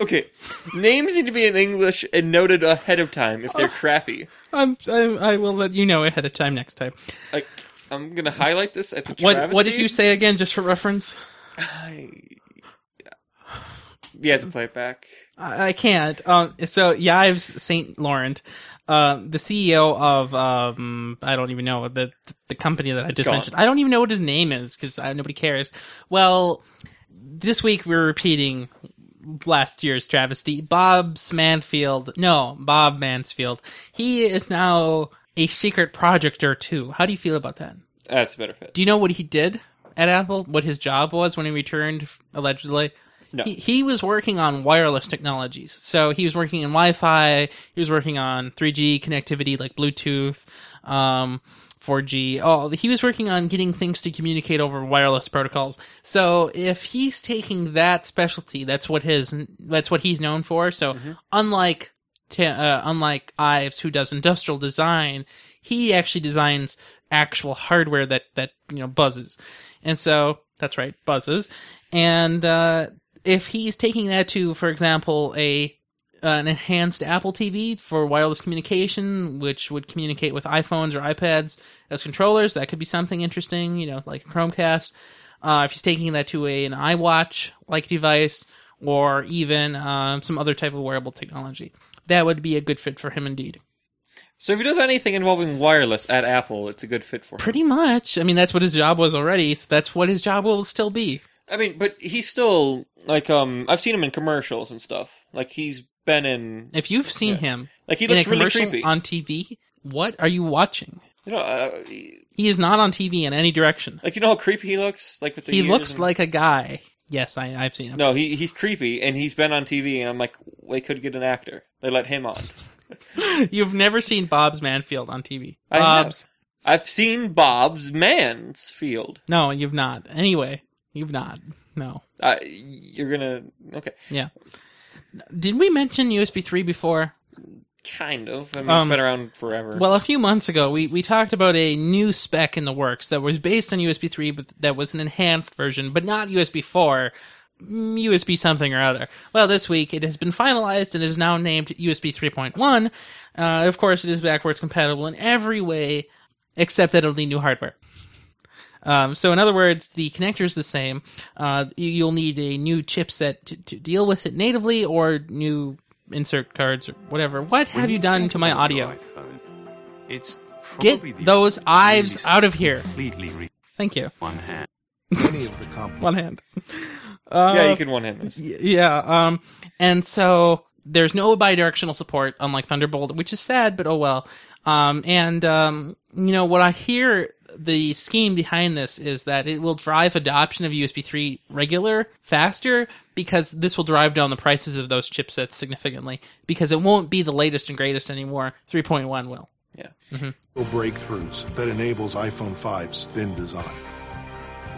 [SPEAKER 1] Okay, names need to be in English and noted ahead of time if they're crappy.
[SPEAKER 2] I'm, I, I will let you know ahead of time next time.
[SPEAKER 1] Like, I'm gonna highlight this as a
[SPEAKER 2] What
[SPEAKER 1] travesty.
[SPEAKER 2] What did you say again, just for reference?
[SPEAKER 1] I... You have to play it back.
[SPEAKER 2] I, I can't. Um, so Yves Saint Laurent, uh, the CEO of um, I don't even know the the company that I just
[SPEAKER 1] gone.
[SPEAKER 2] mentioned. I don't even know what his name is because nobody cares. Well, this week we're repeating last year's travesty. Bob Mansfield, no, Bob Mansfield. He is now a secret projector too. How do you feel about that?
[SPEAKER 1] That's a better fit.
[SPEAKER 2] Do you know what he did at Apple? What his job was when he returned, allegedly?
[SPEAKER 1] No.
[SPEAKER 2] He, he was working on wireless technologies. So he was working in Wi Fi, he was working on 3G connectivity like Bluetooth, um, 4G. Oh, he was working on getting things to communicate over wireless protocols. So if he's taking that specialty, that's what his that's what he's known for. So
[SPEAKER 1] Mhm.
[SPEAKER 2] unlike Ti- uh, unlike Ives, who does industrial design, he actually designs actual hardware that that you know buzzes, and so that's right, buzzes. And uh, if he's taking that to, for example, a uh, an enhanced Apple TV for wireless communication, which would communicate with iPhones or iPads as controllers, that could be something interesting. You know, like a Chromecast. Uh, if he's taking that to a, an iWatch like device, or even um, some other type of wearable technology, that would be a good fit for him indeed.
[SPEAKER 1] So if he does anything involving wireless at Apple, it's a good fit for him.
[SPEAKER 2] Pretty much. I mean, that's what his job was already, so that's what his job will still be.
[SPEAKER 1] I mean, but he's still like um. I've seen him in commercials and stuff. Like he's been in.
[SPEAKER 2] If you've seen
[SPEAKER 1] Yeah.
[SPEAKER 2] him
[SPEAKER 1] Like he
[SPEAKER 2] in a
[SPEAKER 1] looks really
[SPEAKER 2] commercial
[SPEAKER 1] creepy.
[SPEAKER 2] on TV, what are you watching?
[SPEAKER 1] you know, uh, he-
[SPEAKER 2] He is not on TV in any direction.
[SPEAKER 1] like you know how creepy he looks. Like with the
[SPEAKER 2] He
[SPEAKER 1] ears
[SPEAKER 2] looks
[SPEAKER 1] and-
[SPEAKER 2] like a guy. Yes, I, I've seen him.
[SPEAKER 1] No, he he's creepy, and he's been on TV, and I'm like, they could get an actor. They let him on.
[SPEAKER 2] You've never seen Bob's Manfield on TV.
[SPEAKER 1] I have.
[SPEAKER 2] Bob's.
[SPEAKER 1] I've seen Bob's Mansfield.
[SPEAKER 2] No, you've not. Anyway, you've not. No.
[SPEAKER 1] Uh, you're gonna okay,
[SPEAKER 2] Did we mention USB 3 before?
[SPEAKER 1] kind of. I mean, it's
[SPEAKER 2] Um,
[SPEAKER 1] been around forever.
[SPEAKER 2] Well, a few months ago, we, we talked about a new spec in the works that was based on USB 3, but that was an enhanced version, but not USB 4, mm, USB something or other. Well, this week it has been finalized and is now named USB 3.1. Uh, of course, it is backwards compatible in every way except that it'll need new hardware. Um, so, in other words, the connector is the same. Uh, you, you'll need a new chipset to, to deal with it natively or new insert cards or whatever. What
[SPEAKER 4] When
[SPEAKER 2] have you done
[SPEAKER 4] think
[SPEAKER 2] to my
[SPEAKER 4] about your
[SPEAKER 2] audio?
[SPEAKER 4] iPhone, it's probably
[SPEAKER 2] Get
[SPEAKER 4] the
[SPEAKER 2] those
[SPEAKER 4] only
[SPEAKER 2] Ives out of here.
[SPEAKER 4] Completely re-
[SPEAKER 2] Thank you.
[SPEAKER 4] one hand.
[SPEAKER 5] Many of the compliments.
[SPEAKER 2] One hand. Uh,
[SPEAKER 1] yeah, you can one him.
[SPEAKER 2] y- yeah. Um, and so there's no bidirectional support, unlike Thunderbolt, which is sad, but oh well. Um, and um, you know what I hear the scheme behind this is that it will drive adoption of USB 3 regular faster because this will drive down the prices of those chipsets significantly because it won't be the latest and greatest anymore. 3.1 will.
[SPEAKER 5] or breakthroughs that enables iPhone 5's thin design.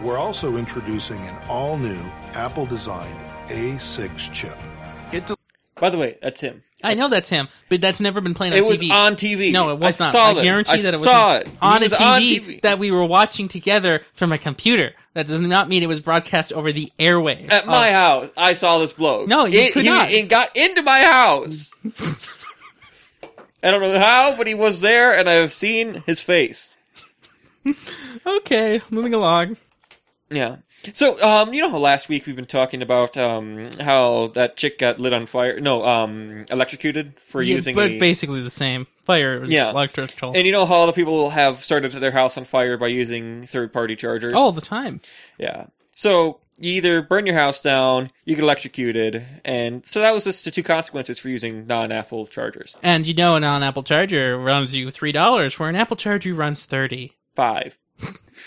[SPEAKER 5] We're also introducing an all new Apple designed A6 chip. It
[SPEAKER 1] By the way, that's him.
[SPEAKER 2] I know that's him, but that's never been playing on
[SPEAKER 1] It
[SPEAKER 2] TV.
[SPEAKER 1] was on TV.
[SPEAKER 2] No, it was
[SPEAKER 1] I
[SPEAKER 2] not.
[SPEAKER 1] Saw
[SPEAKER 2] I
[SPEAKER 1] it.
[SPEAKER 2] guarantee
[SPEAKER 1] I
[SPEAKER 2] that it was,
[SPEAKER 1] saw
[SPEAKER 2] not
[SPEAKER 1] it.
[SPEAKER 2] on
[SPEAKER 1] He
[SPEAKER 2] a
[SPEAKER 1] was on
[SPEAKER 2] TV,
[SPEAKER 1] TV.
[SPEAKER 2] that we were watching together from a computer. That does not mean it was broadcast over the airwaves.
[SPEAKER 1] At my house, I saw this bloke.
[SPEAKER 2] Oh. No, you
[SPEAKER 1] it,
[SPEAKER 2] could
[SPEAKER 1] he,
[SPEAKER 2] not.
[SPEAKER 1] It got into my house. I don't know how, but he was there, and I have seen his face.
[SPEAKER 2] Oh, okay, moving along.
[SPEAKER 1] Yeah. So, um, you know how last week we've been talking about um how that chick got lit on fire? No, um, electrocuted for
[SPEAKER 2] Yeah,
[SPEAKER 1] using
[SPEAKER 2] but
[SPEAKER 1] a-
[SPEAKER 2] basically the same fire is
[SPEAKER 1] Yeah.
[SPEAKER 2] electrical
[SPEAKER 1] And you know how other people have started their house on fire by using third-party chargers?
[SPEAKER 2] all the time.
[SPEAKER 1] Yeah. So you either burn your house down, you get electrocuted, and so that was just the two consequences for using non-Apple chargers.
[SPEAKER 2] And you know, an on-Apple charger runs you three dollars, where an Apple charger runs thirty
[SPEAKER 1] Five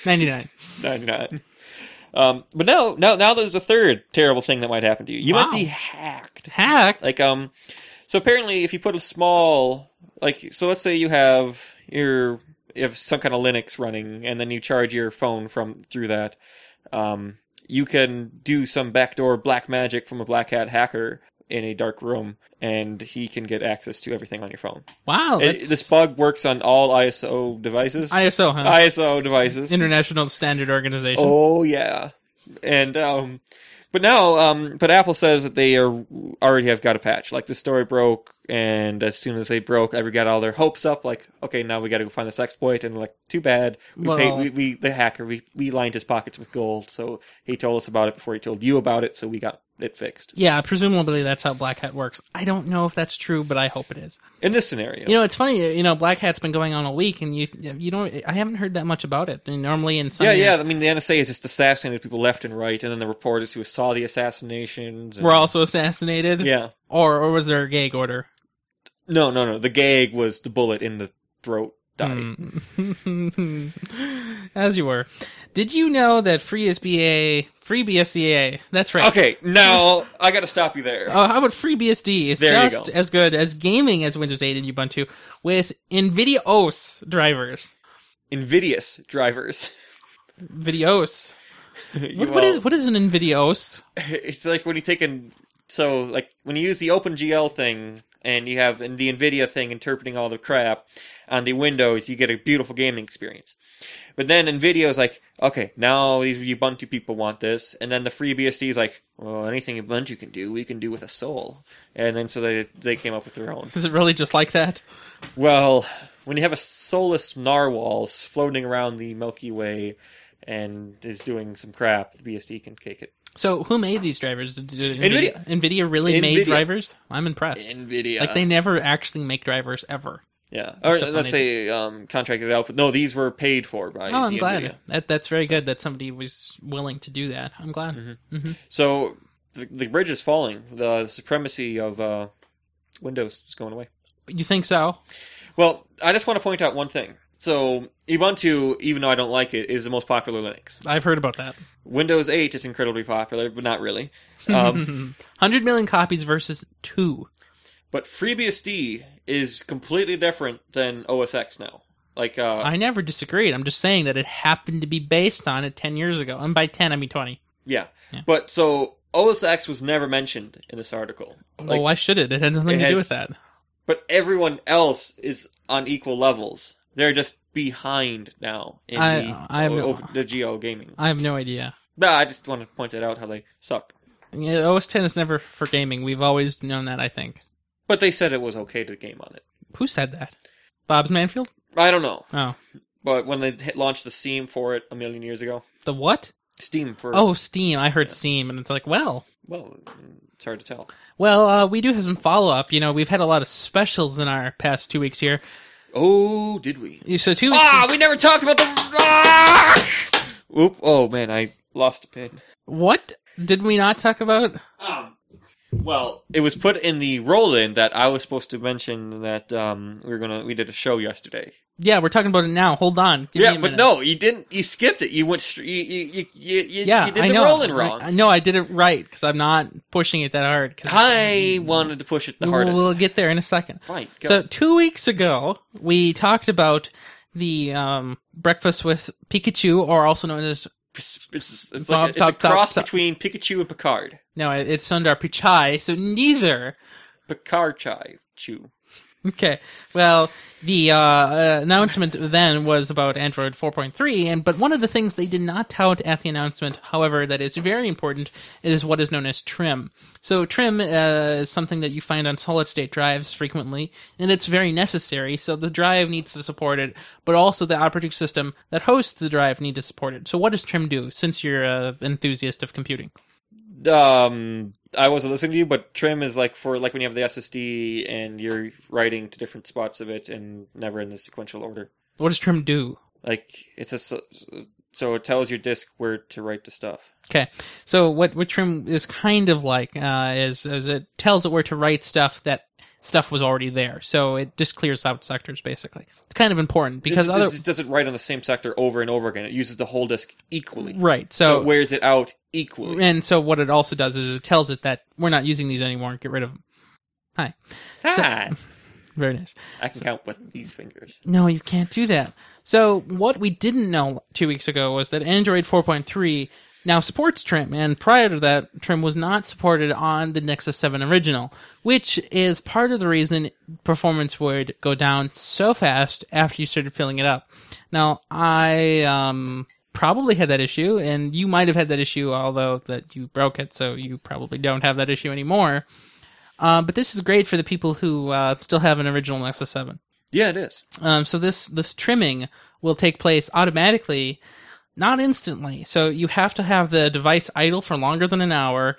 [SPEAKER 2] ninety-nine.
[SPEAKER 1] ninety-nine. Um, but no, no, now there's a third terrible thing that might happen to you. You
[SPEAKER 2] Wow.
[SPEAKER 1] might be hacked.
[SPEAKER 2] Hacked.
[SPEAKER 1] Like, um, so apparently, if you put a small, like, so let's say you have your you have some kind of Linux running, and then you charge your phone from through that. Um, you can do some backdoor black magic from a black hat hacker in a dark room, and he can get access to everything on your phone.
[SPEAKER 2] wow.
[SPEAKER 1] It-
[SPEAKER 2] Oh, that's- uh,
[SPEAKER 1] this bug works on all ISO devices.
[SPEAKER 2] ISO, huh?
[SPEAKER 1] ISO devices.
[SPEAKER 2] International Standard Organization.
[SPEAKER 1] Oh yeah, and um, but now um, but Apple says that they are already have got a patch. Like the story broke, and as soon as they broke, everyone got all their hopes up. Like, okay, now we got to go find this exploit, and like, too bad we
[SPEAKER 2] Well-
[SPEAKER 1] paid we, we the hacker we we lined his pockets with gold, so he told us about it before he told you about it, so we got it fixed
[SPEAKER 2] Yeah, presumably that's how Black Hat works. I don't know if that's true, but I hope it is.
[SPEAKER 1] in this scenario.
[SPEAKER 2] You know, it's funny. You know, Black Hat's been going on a week, and you you don't. I haven't heard that much about it. And normally in some
[SPEAKER 1] yeah,
[SPEAKER 2] years,
[SPEAKER 1] yeah. I mean, the NSA is just assassinated people left and right, and then the reporters who saw the assassinations. And,
[SPEAKER 2] were also assassinated.
[SPEAKER 1] yeah.
[SPEAKER 2] Or or was there a gag order?
[SPEAKER 1] No, no, no. The gag was the bullet in the throat. Die.
[SPEAKER 2] Hmm. Mm. As you were. Did you know that FreeSBA, FreeBSDA? That's right.
[SPEAKER 1] Okay, now I got to stop you there.
[SPEAKER 2] Uh, how about FreeBSD is
[SPEAKER 1] There you
[SPEAKER 2] just
[SPEAKER 1] go.
[SPEAKER 2] as good as gaming as Windows 8 and Ubuntu with NVIDIOS drivers.
[SPEAKER 1] Invidious drivers.
[SPEAKER 2] Videos.
[SPEAKER 1] You
[SPEAKER 2] What, what is
[SPEAKER 1] all-
[SPEAKER 2] what is an NVIDIOS?
[SPEAKER 1] It's like when you take an so like when you use the OpenGL thing and you have in the Nvidia thing interpreting all the crap on the Windows, you get a beautiful gaming experience. But then Nvidia is like, okay, now these Ubuntu people want this, and then the FreeBSD is like, well, anything Ubuntu can do, we can do with a soul. And then so they they came up with their own.
[SPEAKER 2] Is it really just like that?
[SPEAKER 1] Well, when you have a soulless narwhal floating around the Milky Way and is doing some crap, the BSD can kick it.
[SPEAKER 2] So who made these drivers? Did, did
[SPEAKER 1] NVIDIA.
[SPEAKER 2] NVIDIA. NVIDIA really made
[SPEAKER 1] NVIDIA.
[SPEAKER 2] drivers? I'm impressed.
[SPEAKER 1] Nvidia,
[SPEAKER 2] Like they never actually make drivers ever.
[SPEAKER 1] yeah, or
[SPEAKER 2] Except
[SPEAKER 1] let's
[SPEAKER 2] when
[SPEAKER 1] say um, contracted out, but no, these were paid for by.
[SPEAKER 2] Oh, I'm
[SPEAKER 1] the
[SPEAKER 2] glad.
[SPEAKER 1] NVIDIA.
[SPEAKER 2] That that's very good that somebody was willing to do that. I'm glad.
[SPEAKER 1] Mhm.
[SPEAKER 2] Mhm.
[SPEAKER 1] So the, the bridge is falling. The supremacy of uh, Windows is going away.
[SPEAKER 2] You think so?
[SPEAKER 1] Well, I just want to point out one thing. So Ubuntu, even though I don't like it, is the most popular Linux.
[SPEAKER 2] I've heard about that.
[SPEAKER 1] Windows 8 is incredibly popular, but not really. Um,
[SPEAKER 2] 100 million copies versus 2.
[SPEAKER 1] But FreeBSD is completely different than OS X now. Like, uh,
[SPEAKER 2] I never disagreed. I'm just saying that it happened to be based on it 10 years ago. And by 10, I mean 20.
[SPEAKER 1] yeah.
[SPEAKER 2] Yeah.
[SPEAKER 1] But so OS X was never mentioned in this article. Like,
[SPEAKER 2] well, why should it? It had
[SPEAKER 1] it
[SPEAKER 2] nothing to
[SPEAKER 1] has-
[SPEAKER 2] do with that.
[SPEAKER 1] but everyone else is on equal levels. They're just behind now in
[SPEAKER 2] I-
[SPEAKER 1] the,
[SPEAKER 2] I have no-
[SPEAKER 1] o- the GL gaming.
[SPEAKER 2] I have no idea.
[SPEAKER 1] Nah, I just want to point that out how they suck.
[SPEAKER 2] Yeah, OS 10 is never for gaming. We've always known that, I think.
[SPEAKER 1] But they said it was okay to game on it.
[SPEAKER 2] Who said that? Bob's Manfield?
[SPEAKER 1] I don't know.
[SPEAKER 2] Oh.
[SPEAKER 1] But when they hit, launched the Steam for it a million years ago,
[SPEAKER 2] The what?
[SPEAKER 1] Steam for
[SPEAKER 2] Oh, Steam. I heard
[SPEAKER 1] Yeah.
[SPEAKER 2] Steam, and it's like, well.
[SPEAKER 1] well, it's hard to tell.
[SPEAKER 2] Well, uh, we do have some follow up. You know, we've had a lot of specials in our past two weeks here.
[SPEAKER 1] Oh, did we?
[SPEAKER 2] So, two weeks.
[SPEAKER 1] Ah, we never talked about the. Ah! Oop! Oh man, I lost a pin.
[SPEAKER 2] What did we not talk about?
[SPEAKER 1] Um, well, it was put in the roll-in that I was supposed to mention that um we were gonna we did a show yesterday.
[SPEAKER 2] Yeah, we're talking about it now. Hold on. Give
[SPEAKER 1] yeah,
[SPEAKER 2] me a
[SPEAKER 1] but
[SPEAKER 2] minute.
[SPEAKER 1] no, you didn't. You skipped it. You went. Str- you, you you you you,
[SPEAKER 2] Yeah,
[SPEAKER 1] you did
[SPEAKER 2] I
[SPEAKER 1] the
[SPEAKER 2] know.
[SPEAKER 1] roll-in wrong.
[SPEAKER 2] I, I know I did it right because I'm not pushing it that hard. 'cause
[SPEAKER 1] I, wanted to push it the
[SPEAKER 2] we'll,
[SPEAKER 1] hardest.
[SPEAKER 2] we'll get there in a second.
[SPEAKER 1] Fine. Go.
[SPEAKER 2] So two weeks ago, we talked about the um, breakfast with Pikachu, or also known as
[SPEAKER 1] it's, it's, it's
[SPEAKER 2] Bob,
[SPEAKER 1] like a, it's a
[SPEAKER 2] top, top,
[SPEAKER 1] cross
[SPEAKER 2] top.
[SPEAKER 1] between Pikachu and Picard.
[SPEAKER 2] no, it's Sundar Pichai. So neither
[SPEAKER 1] Picard Chai Chew.
[SPEAKER 2] Okay. Well, the uh, uh, announcement then was about Android 4.3, and but one of the things they did not tout at the announcement, however, that is very important, is what is known as trim. So trim uh, is something that you find on solid state drives frequently, and it's very necessary. So the drive needs to support it, but also the operating system that hosts the drive need to support it. So what does trim do? Since you're an enthusiast of computing,
[SPEAKER 1] Um, I wasn't listening to you, but trim is like for like when you have the SSD and you're writing to different spots of it and never in the sequential order.
[SPEAKER 2] what does trim do?
[SPEAKER 1] Like it's a s- so it tells your disk where to write the stuff.
[SPEAKER 2] Okay, so what what trim is kind of like uh, is is it tells it where to write stuff that stuff was already there, so it just clears out sectors basically. It's kind of important because
[SPEAKER 1] it, it
[SPEAKER 2] other
[SPEAKER 1] just doesn't write on the same sector over and over again. It uses the whole disk equally,
[SPEAKER 2] right,
[SPEAKER 1] so,
[SPEAKER 2] so,
[SPEAKER 1] it wears it out equally.
[SPEAKER 2] and so what it also does is it tells it that we're not using these anymore, get rid of them. so-
[SPEAKER 1] Ah,
[SPEAKER 2] Very nice.
[SPEAKER 1] I can count with these fingers.
[SPEAKER 2] No, you can't do that. So what we didn't know two weeks ago was that Android 4.3 now supports trim, and prior to that, trim was not supported on the Nexus 7 original, which is part of the reason performance would go down so fast after you started filling it up. Now, I um, probably had that issue, and you might have had that issue, although that you broke it, so you probably don't have that issue anymore. Uh, but this is great for the people who uh, still have an original Nexus 7.
[SPEAKER 1] Yeah, it is.
[SPEAKER 2] Um, so this this trimming will take place automatically, not instantly. So you have to have the device idle for longer than an hour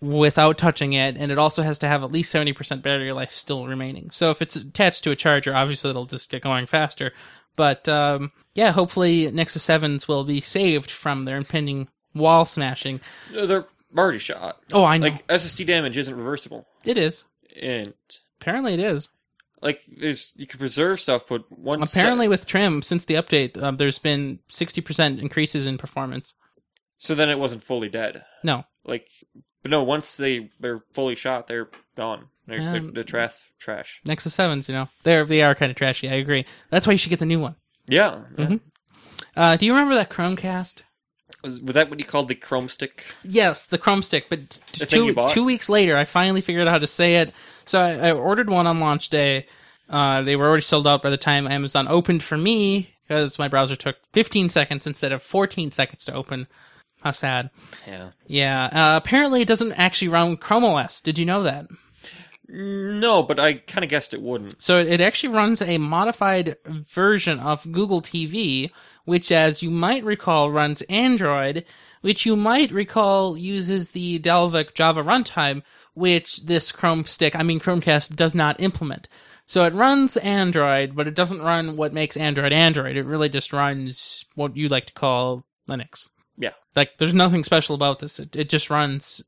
[SPEAKER 2] without touching it, and it also has to have at least seventy percent battery life still remaining. So if it's attached to a charger, obviously it'll just get going faster. But um, yeah, hopefully Nexus Sevens will be saved from their impending wall smashing.
[SPEAKER 1] No, They're already shot.
[SPEAKER 2] Oh, I know
[SPEAKER 1] Like SSD damage isn't reversible,
[SPEAKER 2] it is.
[SPEAKER 1] and
[SPEAKER 2] Apparently, it is.
[SPEAKER 1] like there's you can preserve stuff, but once
[SPEAKER 2] Apparently, with trim since the update, um, there's been sixty percent increases in performance.
[SPEAKER 1] so then it wasn't fully dead.
[SPEAKER 2] No,
[SPEAKER 1] Like, but no, once they they're fully shot, they're gone. They're,
[SPEAKER 2] Um,
[SPEAKER 1] they're, they're trash. Trash.
[SPEAKER 2] Nexus Sevens, you know, they're they are kind of trashy. I agree. That's why you should get the new one.
[SPEAKER 1] Yeah. yeah.
[SPEAKER 2] Mhm. Uh, do you remember that Chromecast?
[SPEAKER 1] Was, was that what you called the Chrome stick?
[SPEAKER 2] Yes, the Chrome Stick. But t-
[SPEAKER 1] The thing
[SPEAKER 2] two
[SPEAKER 1] you bought?
[SPEAKER 2] two weeks later, I finally figured out how to say it. So I, I ordered one on launch day. Uh, they were already sold out by the time Amazon opened for me because my browser took 15 seconds instead of 14 seconds to open. How sad.
[SPEAKER 1] Yeah.
[SPEAKER 2] Yeah. Uh, apparently, it doesn't actually run Chrome OS. Did you know that?
[SPEAKER 1] Mm, No, but I kind of guessed it wouldn't.
[SPEAKER 2] So it actually runs a modified version of Google TV, which, as you might recall, runs Android, which you might recall uses the Dalvik Java runtime, which this Chrome stick, I mean Chromecast, does not implement. So it runs Android, but it doesn't run what makes Android Android. It really just runs what you like to call Linux.
[SPEAKER 1] Yeah.
[SPEAKER 2] Like, there's nothing special about this. It, it just runs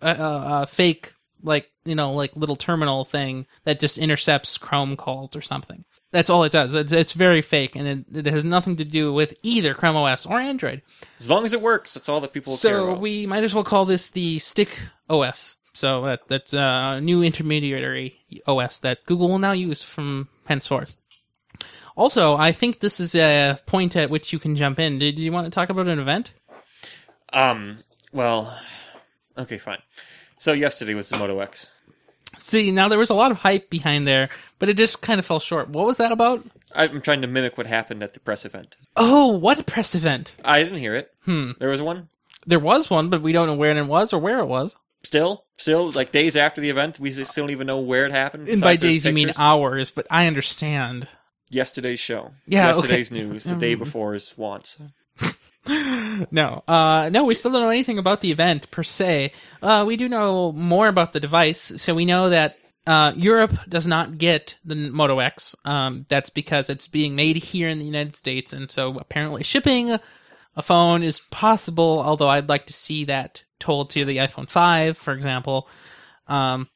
[SPEAKER 2] a, a, a fake like you know like little terminal thing that just intercepts chrome calls or something that's all it does it's, it's very fake and it, it has nothing to do with either chrome os or android
[SPEAKER 1] As long as it works, that's all that people care
[SPEAKER 2] so
[SPEAKER 1] about.
[SPEAKER 2] we might as well call this the stick os so that that's a new intermediary os that google will now use from henceforth also i think this is a point at which you can jump in did you want to talk about an event
[SPEAKER 1] um. Well. Okay. Fine. So yesterday was the Moto X.
[SPEAKER 2] see now there was a lot of hype behind there but it just kind of fell short what was that about
[SPEAKER 1] I'm trying to mimic what happened at the press event.
[SPEAKER 2] Oh, what a press event.
[SPEAKER 1] I didn't hear it.
[SPEAKER 2] Hmm.
[SPEAKER 1] There was one.
[SPEAKER 2] There was one, but we don't know when it was or where it was.
[SPEAKER 1] Still, still, like days after the event, we still don't even know where it happened.
[SPEAKER 2] And by
[SPEAKER 1] besides there's
[SPEAKER 2] days, you mean
[SPEAKER 1] pictures.
[SPEAKER 2] hours, but I understand.
[SPEAKER 1] yesterday's show.
[SPEAKER 2] Yeah, okay.
[SPEAKER 1] yesterday's news. The day
[SPEAKER 2] Mm.
[SPEAKER 1] before's wants.
[SPEAKER 2] no, uh, no, we still don't know anything about the event per se. Uh, we do know more about the device, so we know that uh, Europe does not get the Moto X. Um, that's because it's being made here in the United States, and so apparently shipping a phone is possible. Although I'd like to see that told to the iPhone five, for example. Um,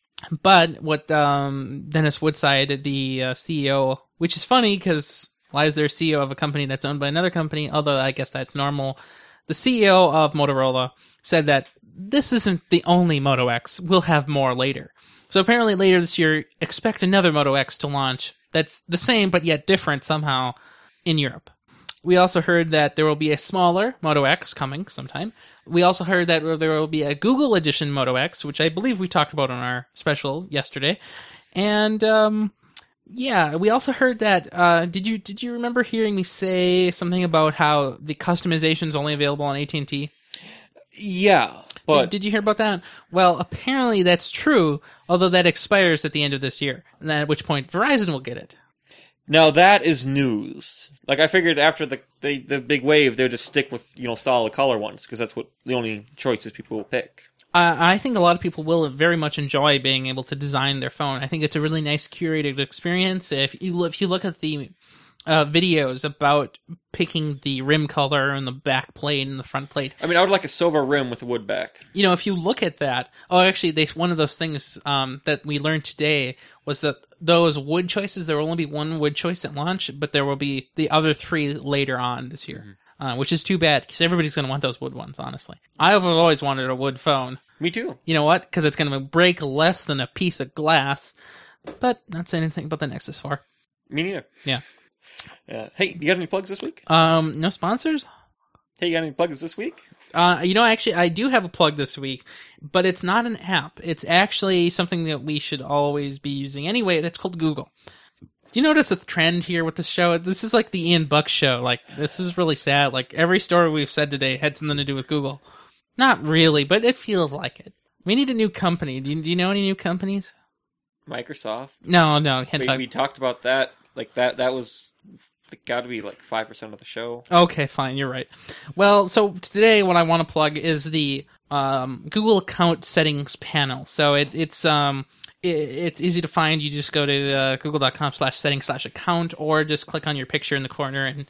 [SPEAKER 2] but what um, Dennis Woodside, the uh, CEO, which is funny because why is there a CEO of a company that's owned by another company? Although I guess that's normal. The CEO of Motorola said that this isn't the only Moto X. We'll have more later. So apparently later this year, expect another Moto X to launch that's the same but yet different somehow in Europe. We also heard that there will be a smaller Moto X coming sometime. We also heard that there will be a Google edition Moto X, which I believe we talked about on our special yesterday. And um, Yeah, we also heard that. Uh, did you did you remember hearing me say something about how the customization is only available on AT and T?
[SPEAKER 1] Yeah, but
[SPEAKER 2] did, did you hear about that? Well, apparently that's true. Although that expires at the end of this year, and then at which point Verizon will get it.
[SPEAKER 1] now that is news. Like I figured after the the, the big wave, they'll just stick with you know solid color ones because that's what the only choices people will pick.
[SPEAKER 2] I I think a lot of people will very much enjoy being able to design their phone. I think it's a really nice curated experience. If you lo- if you look at the uh, videos about picking the rim color and the back plate and the front plate,
[SPEAKER 1] I mean, I would like a silver rim with a wood back.
[SPEAKER 2] you know, if you look at that, oh, actually, they, one of those things um, that we learned today was that those wood choices, there will only be one wood choice at launch, but there will be the other three later on this year, uh, which is too bad because everybody's going to want those wood ones, honestly. I've always wanted a wood phone.
[SPEAKER 1] Me too.
[SPEAKER 2] You know what? Because it's going to break less than a piece of glass, but not saying anything about the Nexus 4.
[SPEAKER 1] Me neither.
[SPEAKER 2] Yeah.
[SPEAKER 1] Uh, hey, you got any plugs this week?
[SPEAKER 2] Um, no sponsors?
[SPEAKER 1] Hey, you got any plugs this week?
[SPEAKER 2] Uh, you know, actually, I do have a plug this week, but it's not an app. It's actually something that we should always be using anyway. That's called Google. Do you notice a trend here with the show? This is like the Ian Buck show. Like, this is really sad. Like, every story we've said today had something to do with Google. Not really, but it feels like it. We need a new company. Do you, do you know any new companies?
[SPEAKER 1] Microsoft.
[SPEAKER 2] No, no, can't
[SPEAKER 1] We,
[SPEAKER 2] talk.
[SPEAKER 1] we talked about that. Like that. That was got to be like five percent of the show.
[SPEAKER 2] Okay, fine, you're right. Well, so today what I want to plug is the um, Google account settings panel. So it, it's um i it's easy to find. You just go to uh, google.com slash settings slash account or just click on your picture in the corner and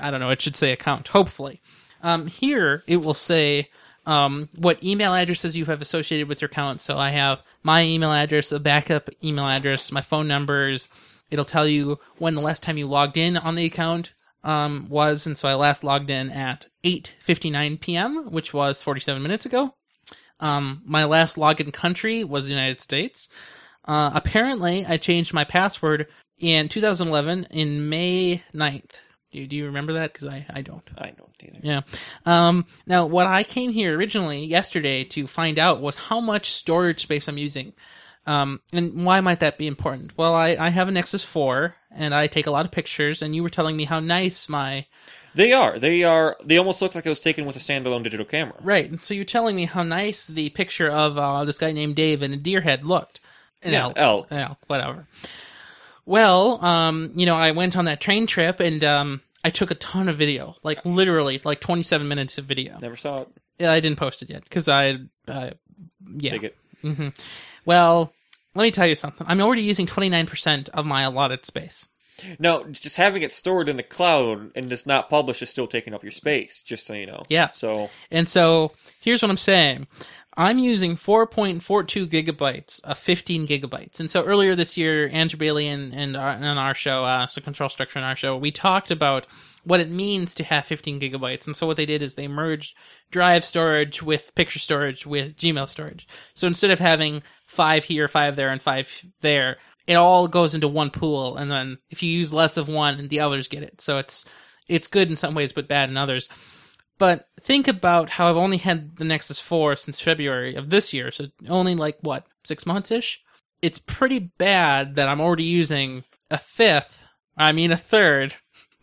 [SPEAKER 2] I don't know, it should say account, hopefully. Um, here it will say um, what email addresses you have associated with your account. So I have my email address, a backup email address, my phone numbers. It'll tell you when the last time you logged in on the account um, was, and so I last logged in at 8:59 p.m., which was 47 minutes ago. Um, my last login country was the United States. Uh, apparently, I changed my password in 2011 in May 9th. Do, do you remember that? Because I, I don't.
[SPEAKER 1] I don't either.
[SPEAKER 2] Yeah. Um, now, what I came here originally yesterday to find out was how much storage space I'm using. Um, and why might that be important? Well, I, I have a Nexus 4 and I take a lot of pictures, and you were telling me how nice my.
[SPEAKER 1] They are. They are. They almost look like it was taken with a standalone digital camera.
[SPEAKER 2] Right. And so you're telling me how nice the picture of uh, this guy named Dave and a deer head looked. An
[SPEAKER 1] Yeah, uh, elk.
[SPEAKER 2] Yeah, whatever. Well, um, you know, I went on that train trip and um, I took a ton of video, like literally, like 27 minutes of video.
[SPEAKER 1] Never saw it.
[SPEAKER 2] Yeah, I didn't post it yet because I, uh, yeah.
[SPEAKER 1] Take it.
[SPEAKER 2] hmm Well, let me tell you something. I'm already using 29% of my allotted space.
[SPEAKER 1] No, just having it stored in the cloud and just not published is still taking up your space. Just so you know.
[SPEAKER 2] Yeah.
[SPEAKER 1] So
[SPEAKER 2] And so here's what I'm saying. I'm using 4.42 gigabytes of 15 gigabytes. And so earlier this year, Andrew Bailey and, and, our, and on our show, uh, so Control Structure on our show, we talked about what it means to have 15 gigabytes. And so what they did is they merged drive storage with picture storage with Gmail storage. So instead of having five here, five there, and five there, it all goes into one pool. And then if you use less of one, the others get it. So it's, it's good in some ways, but bad in others. But think about how I've only had the Nexus 4 since February of this year, so only like what, six months ish? It's pretty bad that I'm already using a fifth, I mean a third,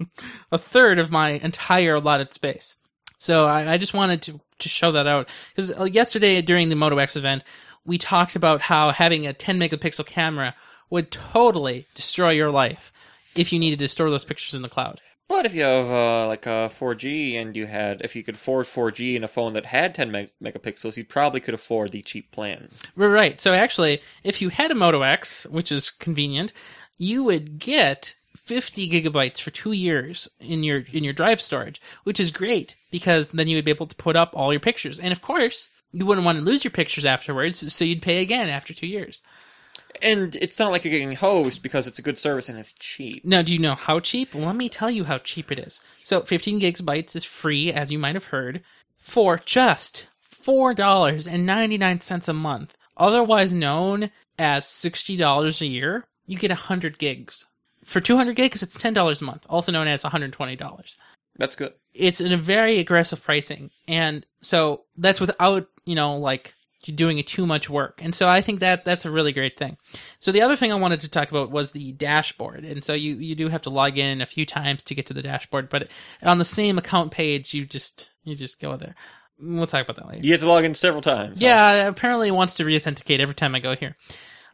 [SPEAKER 2] a third of my entire allotted space. So I, I just wanted to, to show that out. Because yesterday during the Moto X event, we talked about how having a 10 megapixel camera would totally destroy your life if you needed to store those pictures in the cloud.
[SPEAKER 1] But if you have uh, like a 4G and you had, if you could afford 4G and a phone that had 10 meg- megapixels, you probably could afford the cheap plan.
[SPEAKER 2] Right, Right. So actually, if you had a Moto X, which is convenient, you would get 50 gigabytes for two years in your in your drive storage, which is great because then you would be able to put up all your pictures. And of course, you wouldn't want to lose your pictures afterwards, so you'd pay again after two years.
[SPEAKER 1] And it's not like you're getting hosed because it's a good service and it's cheap.
[SPEAKER 2] Now, do you know how cheap? Let me tell you how cheap it is. So, 15 gigabytes is free, as you might have heard, for just $4.99 a month, otherwise known as $60 a year. You get 100 gigs. For 200 gigs, it's $10 a month, also known as $120
[SPEAKER 1] That's good.
[SPEAKER 2] it's in a very aggressive pricing and so that's without you know like doing too much work. And so I think that that's a really great thing. So the other thing I wanted to talk about was the dashboard. And so you, you do have to log in a few times to get to the dashboard, but on the same account page, you just, you just go there. We'll talk about that later.
[SPEAKER 1] You have to log in several times. huh?
[SPEAKER 2] Yeah, apparently it wants to reauthenticate every time I go here.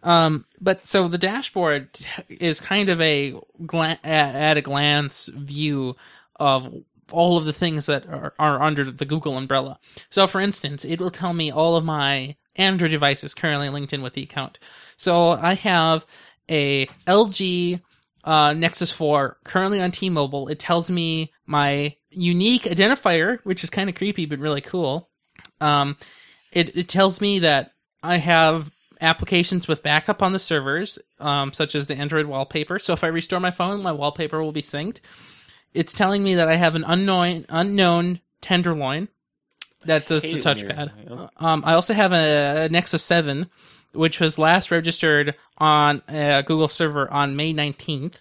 [SPEAKER 2] Um, but so the dashboard is kind of a gla- at- at a glance view of all of the things that are, are under the Google umbrella. So, for instance, it will tell me all of my Android devices currently linked in with the account. So I have a LG uh, Nexus 4 currently on T-Mobile. It tells me my unique identifier, which is kind of creepy but really cool. Um, it, it tells me that I have applications with backup on the servers, um, such as the Android wallpaper. So if I restore my phone, my wallpaper will be synced. It's telling me that I have an unknown unknown tenderloin. That does the
[SPEAKER 1] Hate it when you're-
[SPEAKER 2] touchpad.
[SPEAKER 1] yeah.
[SPEAKER 2] Um, I also have a, a Nexus 7, which was last registered on a Google server on May 19th.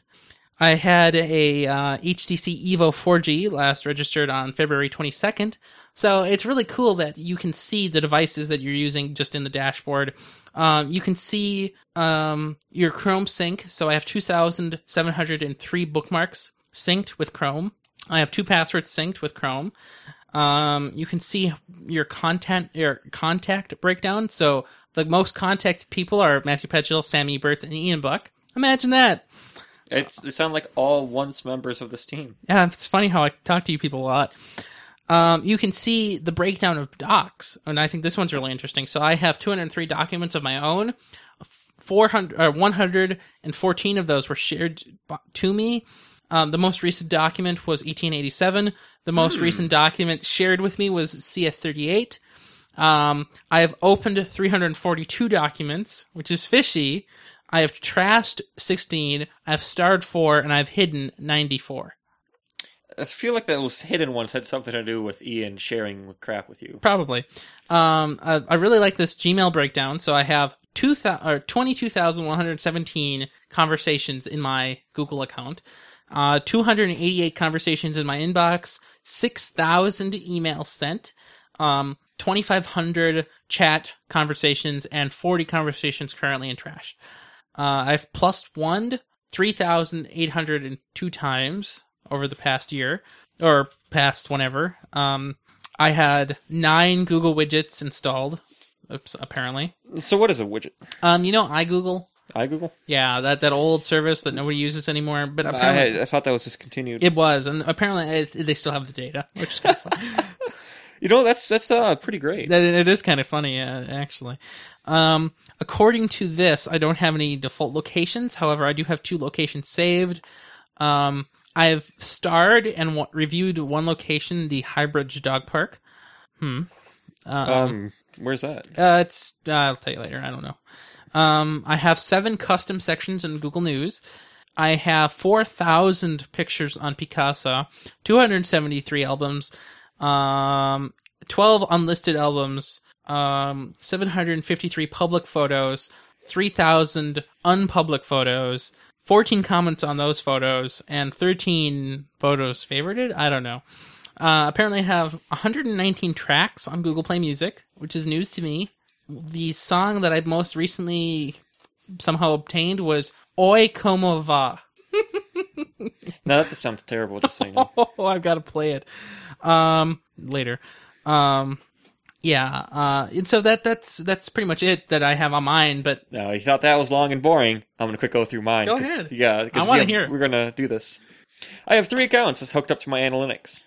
[SPEAKER 2] I had a uh, HTC Evo 4G last registered on February 22nd. So it's really cool that you can see the devices that you're using just in the dashboard. Um, you can see um, your Chrome sync. So I have 2,703 bookmarks synced with Chrome. I have two passwords synced with Chrome. Um, you can see your content, your contact breakdown. So the most contacted people are Matthew Petchel, Sammy Burtz, and Ian Buck. Imagine that.
[SPEAKER 1] It's, they sound like all once members of this team.
[SPEAKER 2] Yeah, it's funny how I talk to you people a lot. Um, you can see the breakdown of docs, and I think this one's really interesting. So I have 203 documents of my own. uh, 400, or 114 of those were shared b- to me. Um, the most recent document was 1887. The most recent document shared with me was CS38. Um, I have opened 342 documents, which is fishy. I have trashed 16. I've starred 4, and I've hidden 94.
[SPEAKER 1] I feel like those hidden ones had something to do with Ian sharing crap with you.
[SPEAKER 2] Probably. Um, I, I really like this Gmail breakdown. So I have two thousand or twenty two thousand one hundred seventeen conversations in my Google account, uh, two hundred and eighty eight conversations in my inbox, six thousand emails sent, um, twenty five hundred chat conversations, and forty conversations currently in trash. Uh, I've plus one three thousand eight hundred and two times over the past year or past whenever. Um, I had nine Google widgets installed. Oops, apparently.
[SPEAKER 1] So what is a widget?
[SPEAKER 2] Um, you know iGoogle?
[SPEAKER 1] I Google.
[SPEAKER 2] Yeah, that, that old service that nobody uses anymore. But apparently
[SPEAKER 1] I, I thought that was discontinued.
[SPEAKER 2] it was, and apparently it, they still have the data, which is kind of funny.
[SPEAKER 1] you know that's that's uh pretty great.
[SPEAKER 2] That it is kind of funny, uh, actually. Um, according to this, I don't have any default locations. However, I do have two locations saved. Um, I've starred and wa- reviewed one location, the Highbridge Dog Park. Hmm. um,
[SPEAKER 1] um, where's that?
[SPEAKER 2] Uh, it's uh, I'll tell you later. I don't know. Um, I have seven custom sections in Google News. I have four thousand pictures on Picasa, two hundred seventy-three albums, um, twelve unlisted albums, um, seven hundred fifty-three public photos, three thousand unpublic photos, fourteen comments on those photos, and thirteen photos favorited. I don't know. Uh, apparently have 119 tracks on Google Play Music, which is news to me. The song that I most recently somehow obtained was Oi Como Va.
[SPEAKER 1] Now that just sounds terrible. Just saying.
[SPEAKER 2] Oh, I've got to play it um, later. Um, yeah, uh, and so that that's that's pretty much it that I have on mine. But
[SPEAKER 1] Now you thought that was long and boring. I'm gonna quick go through mine.
[SPEAKER 2] Go
[SPEAKER 1] 'cause-
[SPEAKER 2] ahead.
[SPEAKER 1] Yeah, 'cause
[SPEAKER 2] I wanna
[SPEAKER 1] we have-
[SPEAKER 2] hear it.
[SPEAKER 1] We're gonna do this. I have three accounts that's hooked up to my analytics.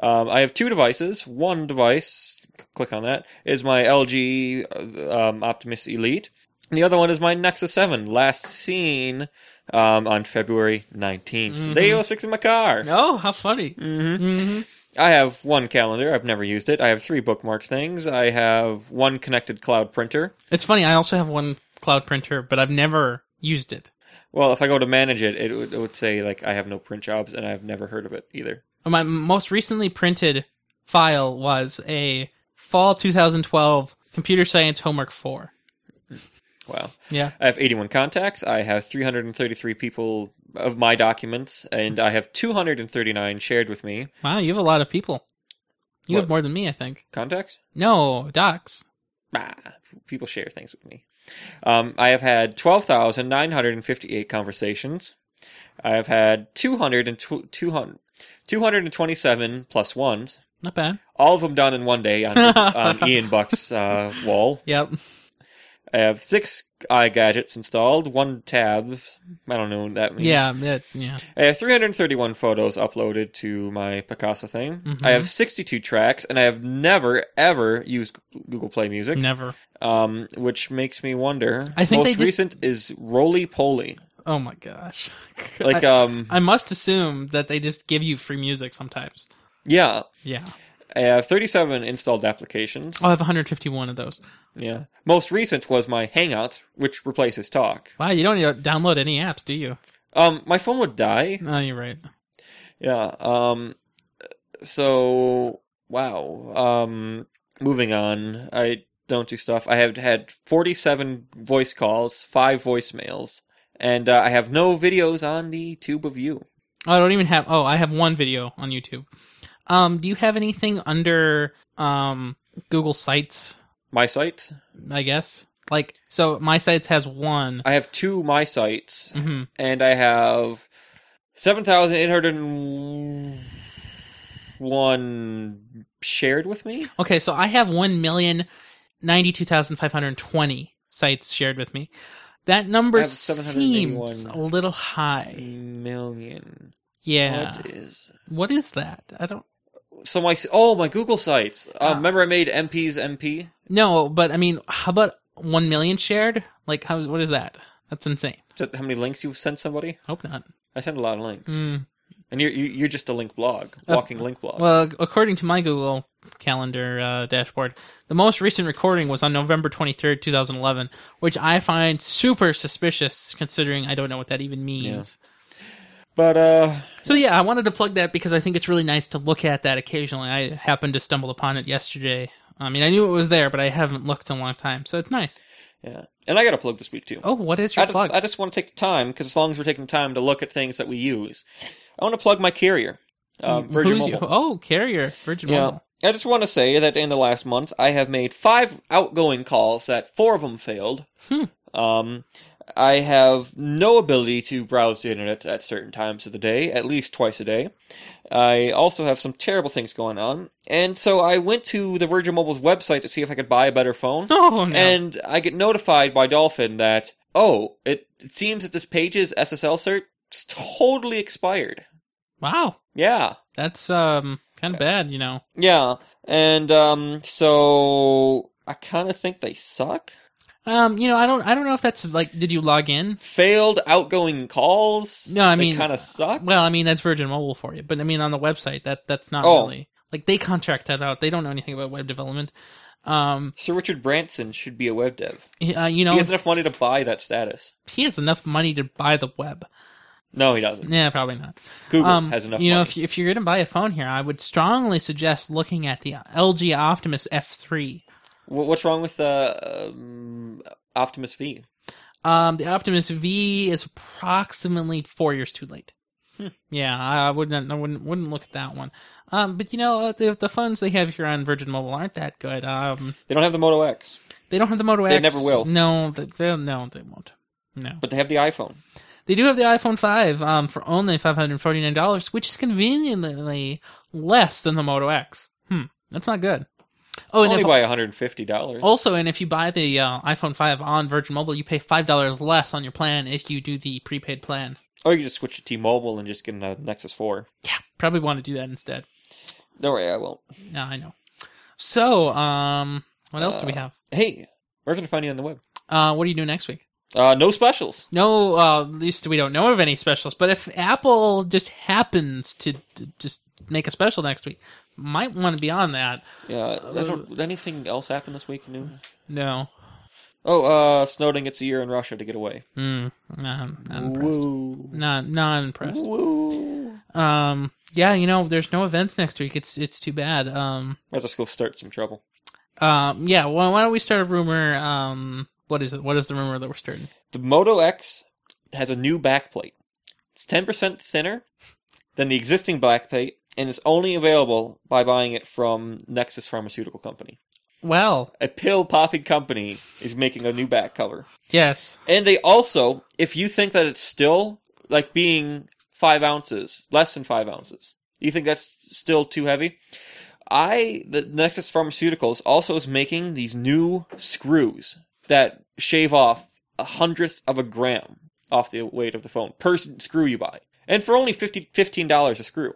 [SPEAKER 1] Um, I have two devices. One device, c- click on that, is my LG uh, um, Optimus Elite. And the other one is my Nexus 7, last seen um, on February 19th.
[SPEAKER 2] Mhm.
[SPEAKER 1] They was fixing my car.
[SPEAKER 2] oh, how funny!
[SPEAKER 1] hmm
[SPEAKER 2] hmm
[SPEAKER 1] I have one calendar. I've never used it. I have three bookmark things. I have one connected cloud printer.
[SPEAKER 2] It's funny. I also have one cloud printer, but I've never used it.
[SPEAKER 1] Well, if I go to manage it, it would, it would say like I have no print jobs, and I've never heard of it either.
[SPEAKER 2] My most recently printed file was a fall 2012 computer science homework 4.
[SPEAKER 1] Wow.
[SPEAKER 2] Yeah.
[SPEAKER 1] I have 81 contacts. I have 333 people of my documents, and I have 239 shared with me
[SPEAKER 2] Wow, you have a lot of people. You have
[SPEAKER 1] What?
[SPEAKER 2] more than me, I think.
[SPEAKER 1] contacts.
[SPEAKER 2] No, docs.
[SPEAKER 1] bah, people share things with me. Um, I have had 12,958 conversations. I have had 200 and tw- 200, 227 plus ones.
[SPEAKER 2] Not bad.
[SPEAKER 1] All of them done in one day on, on Ian Buck's uh, wall.
[SPEAKER 2] Yep.
[SPEAKER 1] I have six eye gadgets installed, one tab. I don't know what that means.
[SPEAKER 2] Yeah. Yeah. yeah.
[SPEAKER 1] I have 331 photos uploaded to my Picasso thing.
[SPEAKER 2] Mhm.
[SPEAKER 1] I have 62 tracks, and I have never, ever used Google Play Music,
[SPEAKER 2] Never.
[SPEAKER 1] um, which makes me wonder.
[SPEAKER 2] I think
[SPEAKER 1] Most
[SPEAKER 2] they just-
[SPEAKER 1] recent is Roly Poly.
[SPEAKER 2] Oh my gosh.
[SPEAKER 1] Like,
[SPEAKER 2] I,
[SPEAKER 1] um,
[SPEAKER 2] I must assume that they just give you free music sometimes.
[SPEAKER 1] yeah.
[SPEAKER 2] Yeah.
[SPEAKER 1] I have 37 installed applications.
[SPEAKER 2] I'll have 151 of those.
[SPEAKER 1] Yeah. Most recent was my Hangout, which replaces Talk.
[SPEAKER 2] Wow, you don't need to download any apps, do you?
[SPEAKER 1] Um, my phone would die.
[SPEAKER 2] No, you're right.
[SPEAKER 1] Yeah. Um. So wow. Um. Moving on. I don't do stuff. I have had forty-seven voice calls, five voicemails, and uh, I have no videos on the Tube of You.
[SPEAKER 2] Oh, I don't even have. Oh, I have one video on YouTube. Um, do you have anything under um Google Sites?
[SPEAKER 1] My site.
[SPEAKER 2] I guess like so. My Sites has one.
[SPEAKER 1] I have two my sites,
[SPEAKER 2] hmm
[SPEAKER 1] and I have seven thousand eight hundred one shared with me.
[SPEAKER 2] Okay, so I have one million ninety-two thousand five hundred twenty sites shared with me. That
[SPEAKER 1] I
[SPEAKER 2] number
[SPEAKER 1] have 781.
[SPEAKER 2] seems a little high.
[SPEAKER 1] Million.
[SPEAKER 2] Yeah.
[SPEAKER 1] Mm. What is
[SPEAKER 2] what is that? I don't
[SPEAKER 1] So my oh my Google sites. Um,
[SPEAKER 2] Ah.
[SPEAKER 1] Remember I made MP's MP.
[SPEAKER 2] No, but I mean, how about one million shared? Like, how? What is that? That's insane.
[SPEAKER 1] Is that how many links you've sent somebody?
[SPEAKER 2] Hope not.
[SPEAKER 1] I send a lot of links,
[SPEAKER 2] Mm.
[SPEAKER 1] and you're you- you're just a link blog,
[SPEAKER 2] Uh,
[SPEAKER 1] walking link blog.
[SPEAKER 2] Well, according to my Google Calendar uh, dashboard, the most recent recording was on November twenty third, two thousand eleven, which I find super suspicious, considering I don't know what that even means.
[SPEAKER 1] but uh,
[SPEAKER 2] So yeah, I wanted to plug that because I think it's really nice to look at that occasionally. I happened to stumble upon it yesterday. I mean, I knew it was there, but I haven't looked in a long time, so it's nice.
[SPEAKER 1] yeah, and I got a plug this week too.
[SPEAKER 2] Oh, what is
[SPEAKER 1] I
[SPEAKER 2] your
[SPEAKER 1] just
[SPEAKER 2] plug?
[SPEAKER 1] I just want to take the time because as long as we're taking time to look at things that we use, I want to plug my carrier, um, Virgin
[SPEAKER 2] Who's you-
[SPEAKER 1] Mobile.
[SPEAKER 2] Oh, Carrier, Virgin
[SPEAKER 1] Yeah.
[SPEAKER 2] Mobile.
[SPEAKER 1] I just want to say that in the last month, I have made five outgoing calls that four of them failed.
[SPEAKER 2] Hmm.
[SPEAKER 1] Um, I have no ability to browse the internet at certain times of the day, at least twice a day. I also have some terrible things going on. And so I went to the Virgin Mobile's website to see if I could buy a better phone.
[SPEAKER 2] Oh no.
[SPEAKER 1] And I get notified by Dolphin that, oh, it, it seems that this page's SSL cert is totally expired.
[SPEAKER 2] wow.
[SPEAKER 1] Yeah.
[SPEAKER 2] That's um kind of bad, you know.
[SPEAKER 1] Yeah, and um, so I kind of think they suck.
[SPEAKER 2] Um, you know, I don't, I don't know if that's like, did you log in?
[SPEAKER 1] Failed outgoing calls.
[SPEAKER 2] No, I mean,
[SPEAKER 1] kind of suck.
[SPEAKER 2] Well, I mean, that's Virgin Mobile for you, but I mean, on the website, that that's not
[SPEAKER 1] Oh.
[SPEAKER 2] really like they contract that out. They don't know anything about web development. Um,
[SPEAKER 1] Sir Richard Branson should be a web dev.
[SPEAKER 2] he- uh, you
[SPEAKER 1] He
[SPEAKER 2] know,
[SPEAKER 1] has enough money to buy that status.
[SPEAKER 2] he has enough money to buy the web.
[SPEAKER 1] No, he doesn't.
[SPEAKER 2] Yeah, probably not.
[SPEAKER 1] Google
[SPEAKER 2] um,
[SPEAKER 1] has enough
[SPEAKER 2] you know,
[SPEAKER 1] money.
[SPEAKER 2] if you, if you're going to buy a phone here, I would strongly suggest looking at the LG Optimus F3.
[SPEAKER 1] Wh- What's wrong with uh, um, Optimus V?
[SPEAKER 2] Um, the Optimus V is approximately four years too late.
[SPEAKER 1] Hmm.
[SPEAKER 2] Yeah, I I wouldn't, I wouldn't, wouldn't look at that one. Um, but you know, uh, the the phones they have here on Virgin Mobile aren't that good. Um,
[SPEAKER 1] They don't have the Moto X,
[SPEAKER 2] they don't have the Moto
[SPEAKER 1] They
[SPEAKER 2] X.
[SPEAKER 1] never will.
[SPEAKER 2] No, they, they'll, no, they won't. No,
[SPEAKER 1] but they have the iPhone.
[SPEAKER 2] they do have the iPhone five. Um, for only five hundred forty nine dollars, which is conveniently less than the Moto X. Hmm, that's not good. Oh, and
[SPEAKER 1] Only
[SPEAKER 2] if, Oh.
[SPEAKER 1] by one hundred and fifty dollars.
[SPEAKER 2] also, and if you buy the uh, iPhone five on Virgin Mobile, you pay five dollars less on your plan if you do the prepaid plan.
[SPEAKER 1] Or you just switch to T-Mobile and just get a Nexus Four.
[SPEAKER 2] Yeah, probably want to do that instead.
[SPEAKER 1] Don't worry, I won't.
[SPEAKER 2] No, I know. So, um, what else do we
[SPEAKER 1] Uh,
[SPEAKER 2] have?
[SPEAKER 1] Hey, where can I find you on the web?
[SPEAKER 2] Uh, what do you do next week?
[SPEAKER 1] Uh, no specials.
[SPEAKER 2] No, uh, at least we don't know of any specials. But if Apple just happens to, to just make a special next week, might want to be on that.
[SPEAKER 1] Yeah,
[SPEAKER 2] Uh,
[SPEAKER 1] I don't, did anything else happen this week? New?
[SPEAKER 2] No,
[SPEAKER 1] Oh, uh, Snowden gets a year in Russia to get away.
[SPEAKER 2] mm, nah, not impressed.
[SPEAKER 1] Woo.
[SPEAKER 2] Not not impressed.
[SPEAKER 1] Woo.
[SPEAKER 2] Um, yeah, you know, there's no events next week. It's it's too bad. Um,
[SPEAKER 1] Let's go start some trouble.
[SPEAKER 2] um, yeah. Well, why don't we start a rumor? Um, what is it? What is the rumor that we're starting?
[SPEAKER 1] The Moto X has a new backplate. It's 10% thinner than the existing backplate, and it's only available by buying it from Nexus Pharmaceutical Company.
[SPEAKER 2] Well,
[SPEAKER 1] A pill popping company is making a new back cover.
[SPEAKER 2] yes.
[SPEAKER 1] And they also, if you think that it's still like being five ounces, less than five ounces, you think that's still too heavy? I, the Nexus Pharmaceuticals also is making these new screws that shave off a hundredth of a gram off the weight of the phone per s- screw you buy. And for only 50, $15 a screw.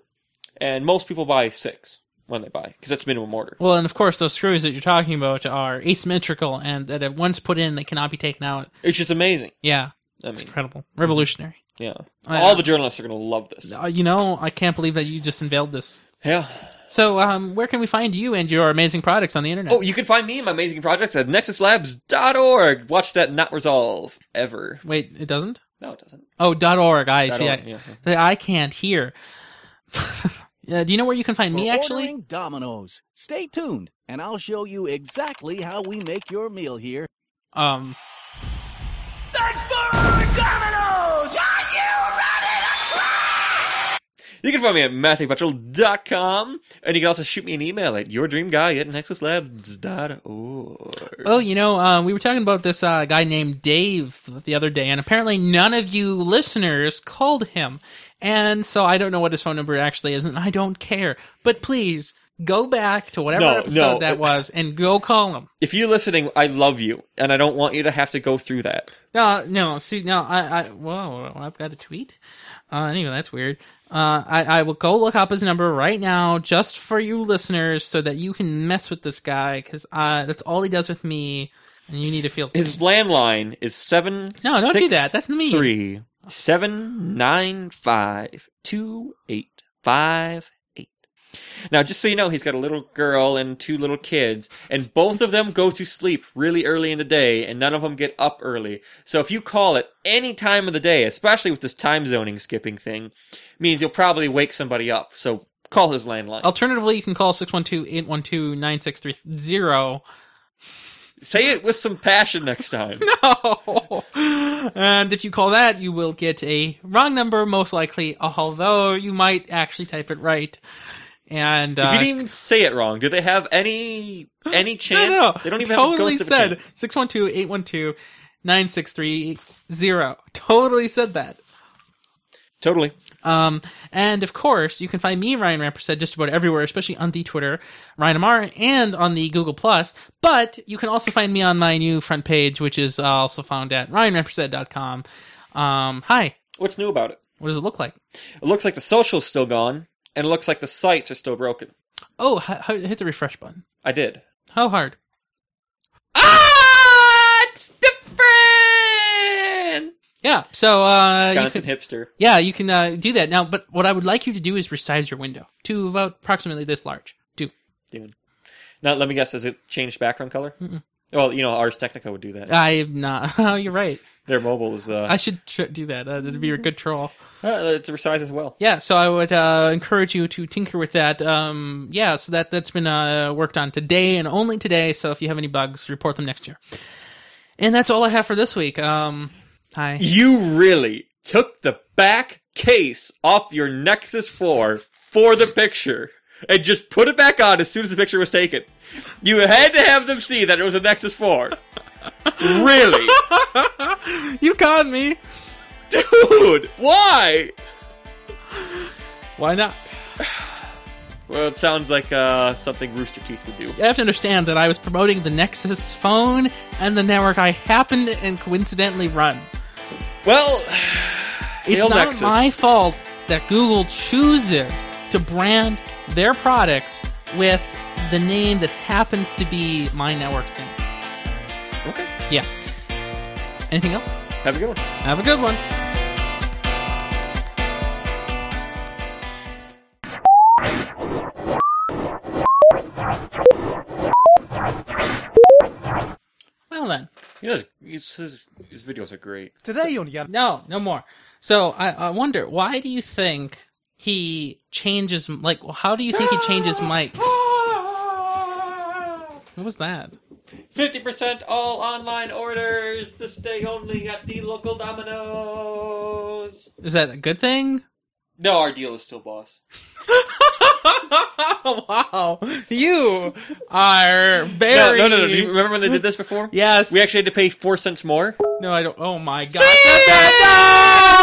[SPEAKER 1] And most people buy six when they buy because that's minimum order.
[SPEAKER 2] Well, and of course, those screws that you're talking about are asymmetrical and that if once put in, they cannot be taken out.
[SPEAKER 1] It's just amazing.
[SPEAKER 2] Yeah,
[SPEAKER 1] I
[SPEAKER 2] it's
[SPEAKER 1] mean,
[SPEAKER 2] incredible. Revolutionary.
[SPEAKER 1] yeah.
[SPEAKER 2] I-
[SPEAKER 1] All the journalists are going to love this.
[SPEAKER 2] Uh, you know, I can't believe that you just unveiled this.
[SPEAKER 1] Yeah.
[SPEAKER 2] So, um, where can we find you and your amazing products on the internet?
[SPEAKER 1] Oh, you can find me and my amazing projects at nexuslabs.org. Watch that not resolve ever.
[SPEAKER 2] Wait, it doesn't?
[SPEAKER 1] No, it doesn't.
[SPEAKER 2] Oh, dot .org. I
[SPEAKER 1] Dot
[SPEAKER 2] see.
[SPEAKER 1] org,
[SPEAKER 2] I,
[SPEAKER 1] yeah, yeah.
[SPEAKER 2] I can't hear. uh, do you know where you can find
[SPEAKER 6] For
[SPEAKER 2] me, actually?
[SPEAKER 6] ordering Domino's. Stay tuned, and I'll show you exactly how we make your meal here.
[SPEAKER 2] Um,
[SPEAKER 6] Thanks for Domino's. Are you ready to
[SPEAKER 1] You can find me at matthewbutchell.com, and you can also shoot me an email at yourdreamguy at nexuslabs.org.
[SPEAKER 2] oh, you know, uh, we were talking about this uh, guy named Dave the other day, and apparently none of you listeners called him. And so I don't know what his phone number actually is, and I don't care. But please go back to whatever
[SPEAKER 1] No,
[SPEAKER 2] episode
[SPEAKER 1] no.
[SPEAKER 2] that was and go call him.
[SPEAKER 1] If you're listening, I love you, and I don't want you to have to go through that.
[SPEAKER 2] No, Uh, no. See, no. I, I. Whoa, I've got a tweet. Uh, anyway, that's weird. Uh, I, I will go look up his number right now, just for you listeners, so that you can mess with this guy, because uh, that's all he does with me, and you need to feel.
[SPEAKER 1] His landline is 7
[SPEAKER 2] no, don't do that. That's me.
[SPEAKER 1] 3 795 2858. Now, just so you know, he's got a little girl and two little kids, and both of them go to sleep really early in the day, and none of them get up early. So if you call at any time of the day, especially with this time zoning skipping thing, means you'll probably wake somebody up. So call his landline.
[SPEAKER 2] Alternatively, you can call 612-812-9630.
[SPEAKER 1] Say it with some passion next time.
[SPEAKER 2] No! And if you call that, you will get a wrong number, most likely, although you might actually type it right. And,
[SPEAKER 1] If
[SPEAKER 2] uh,
[SPEAKER 1] you didn't even say it wrong, do they have any any chance?
[SPEAKER 2] No, no, no.
[SPEAKER 1] They don't even
[SPEAKER 2] totally
[SPEAKER 1] have a ghost of a chance.
[SPEAKER 2] said 612-812-9630. Totally said that.
[SPEAKER 1] Totally.
[SPEAKER 2] Um, and of course, you can find me, Ryan Rampersad, just about everywhere, especially on the Twitter, Ryan Amar, and on the Google Plus. But you can also find me on my new front page, which is uh, also found at ryanrampersad.com. Um, hi,
[SPEAKER 1] What's new about it?
[SPEAKER 2] what does it look like?
[SPEAKER 1] It looks like the social's still gone, and it looks like the sites are still broken.
[SPEAKER 2] Oh, h- h- hit the refresh button.
[SPEAKER 1] I did.
[SPEAKER 2] How hard?
[SPEAKER 1] Ah, it's different.
[SPEAKER 2] Yeah. So, uh, you
[SPEAKER 1] Wisconsin
[SPEAKER 2] can,
[SPEAKER 1] hipster.
[SPEAKER 2] yeah, you can uh, do that now. But what I would like you to do is resize your window to about approximately this large. Do
[SPEAKER 1] Dude. Now let me guess. Has it changed background color?
[SPEAKER 2] Mm-mm.
[SPEAKER 1] Well, you know, Ars Technica would do that.
[SPEAKER 2] I'm not? Oh, you're right.
[SPEAKER 1] Their mobile is uh,
[SPEAKER 2] I should tr- do that. Uh, that'd be a good troll.
[SPEAKER 1] uh, it's resize as well.
[SPEAKER 2] yeah so i would uh, encourage you to tinker with that um, yeah so that that's been uh, worked on today and only today so if you have any bugs report them next year and that's all i have for this week um, hi
[SPEAKER 1] You really took the back case off your Nexus 4 for the picture and just put it back on as soon as the picture was taken. You had to have them see that it was a Nexus 4. really?
[SPEAKER 2] you caught me
[SPEAKER 1] Dude, why?
[SPEAKER 2] why not
[SPEAKER 1] Well, it sounds like uh, something Rooster Teeth would do.
[SPEAKER 2] you have to understand that i was promoting the nexus phone and the network i happened and coincidentally run
[SPEAKER 1] Well,
[SPEAKER 2] it's
[SPEAKER 1] hail
[SPEAKER 2] not
[SPEAKER 1] Nexus.
[SPEAKER 2] my fault that google chooses to brand their products with the name that happens to be my network's name
[SPEAKER 1] Okay,
[SPEAKER 2] Yeah. Anything else?
[SPEAKER 1] have a good one.
[SPEAKER 2] Have a good one. Well then,
[SPEAKER 1] You know, his, his, his videos are great.
[SPEAKER 7] Today on Yada.
[SPEAKER 2] no, no more. So I, I wonder, why do you think he changes? Like, how do you think he changes mics? What was that?
[SPEAKER 1] 50% all online orders this day only at the local Domino's.
[SPEAKER 2] Is that a good thing?
[SPEAKER 1] No, our deal is still boss.
[SPEAKER 2] wow, you are
[SPEAKER 1] No,
[SPEAKER 2] very
[SPEAKER 1] no, no, no. Do you remember when they did this before?
[SPEAKER 2] Yes.
[SPEAKER 1] We actually had to pay four cents more.
[SPEAKER 2] no, I don't. Oh my god.
[SPEAKER 1] That's- that's-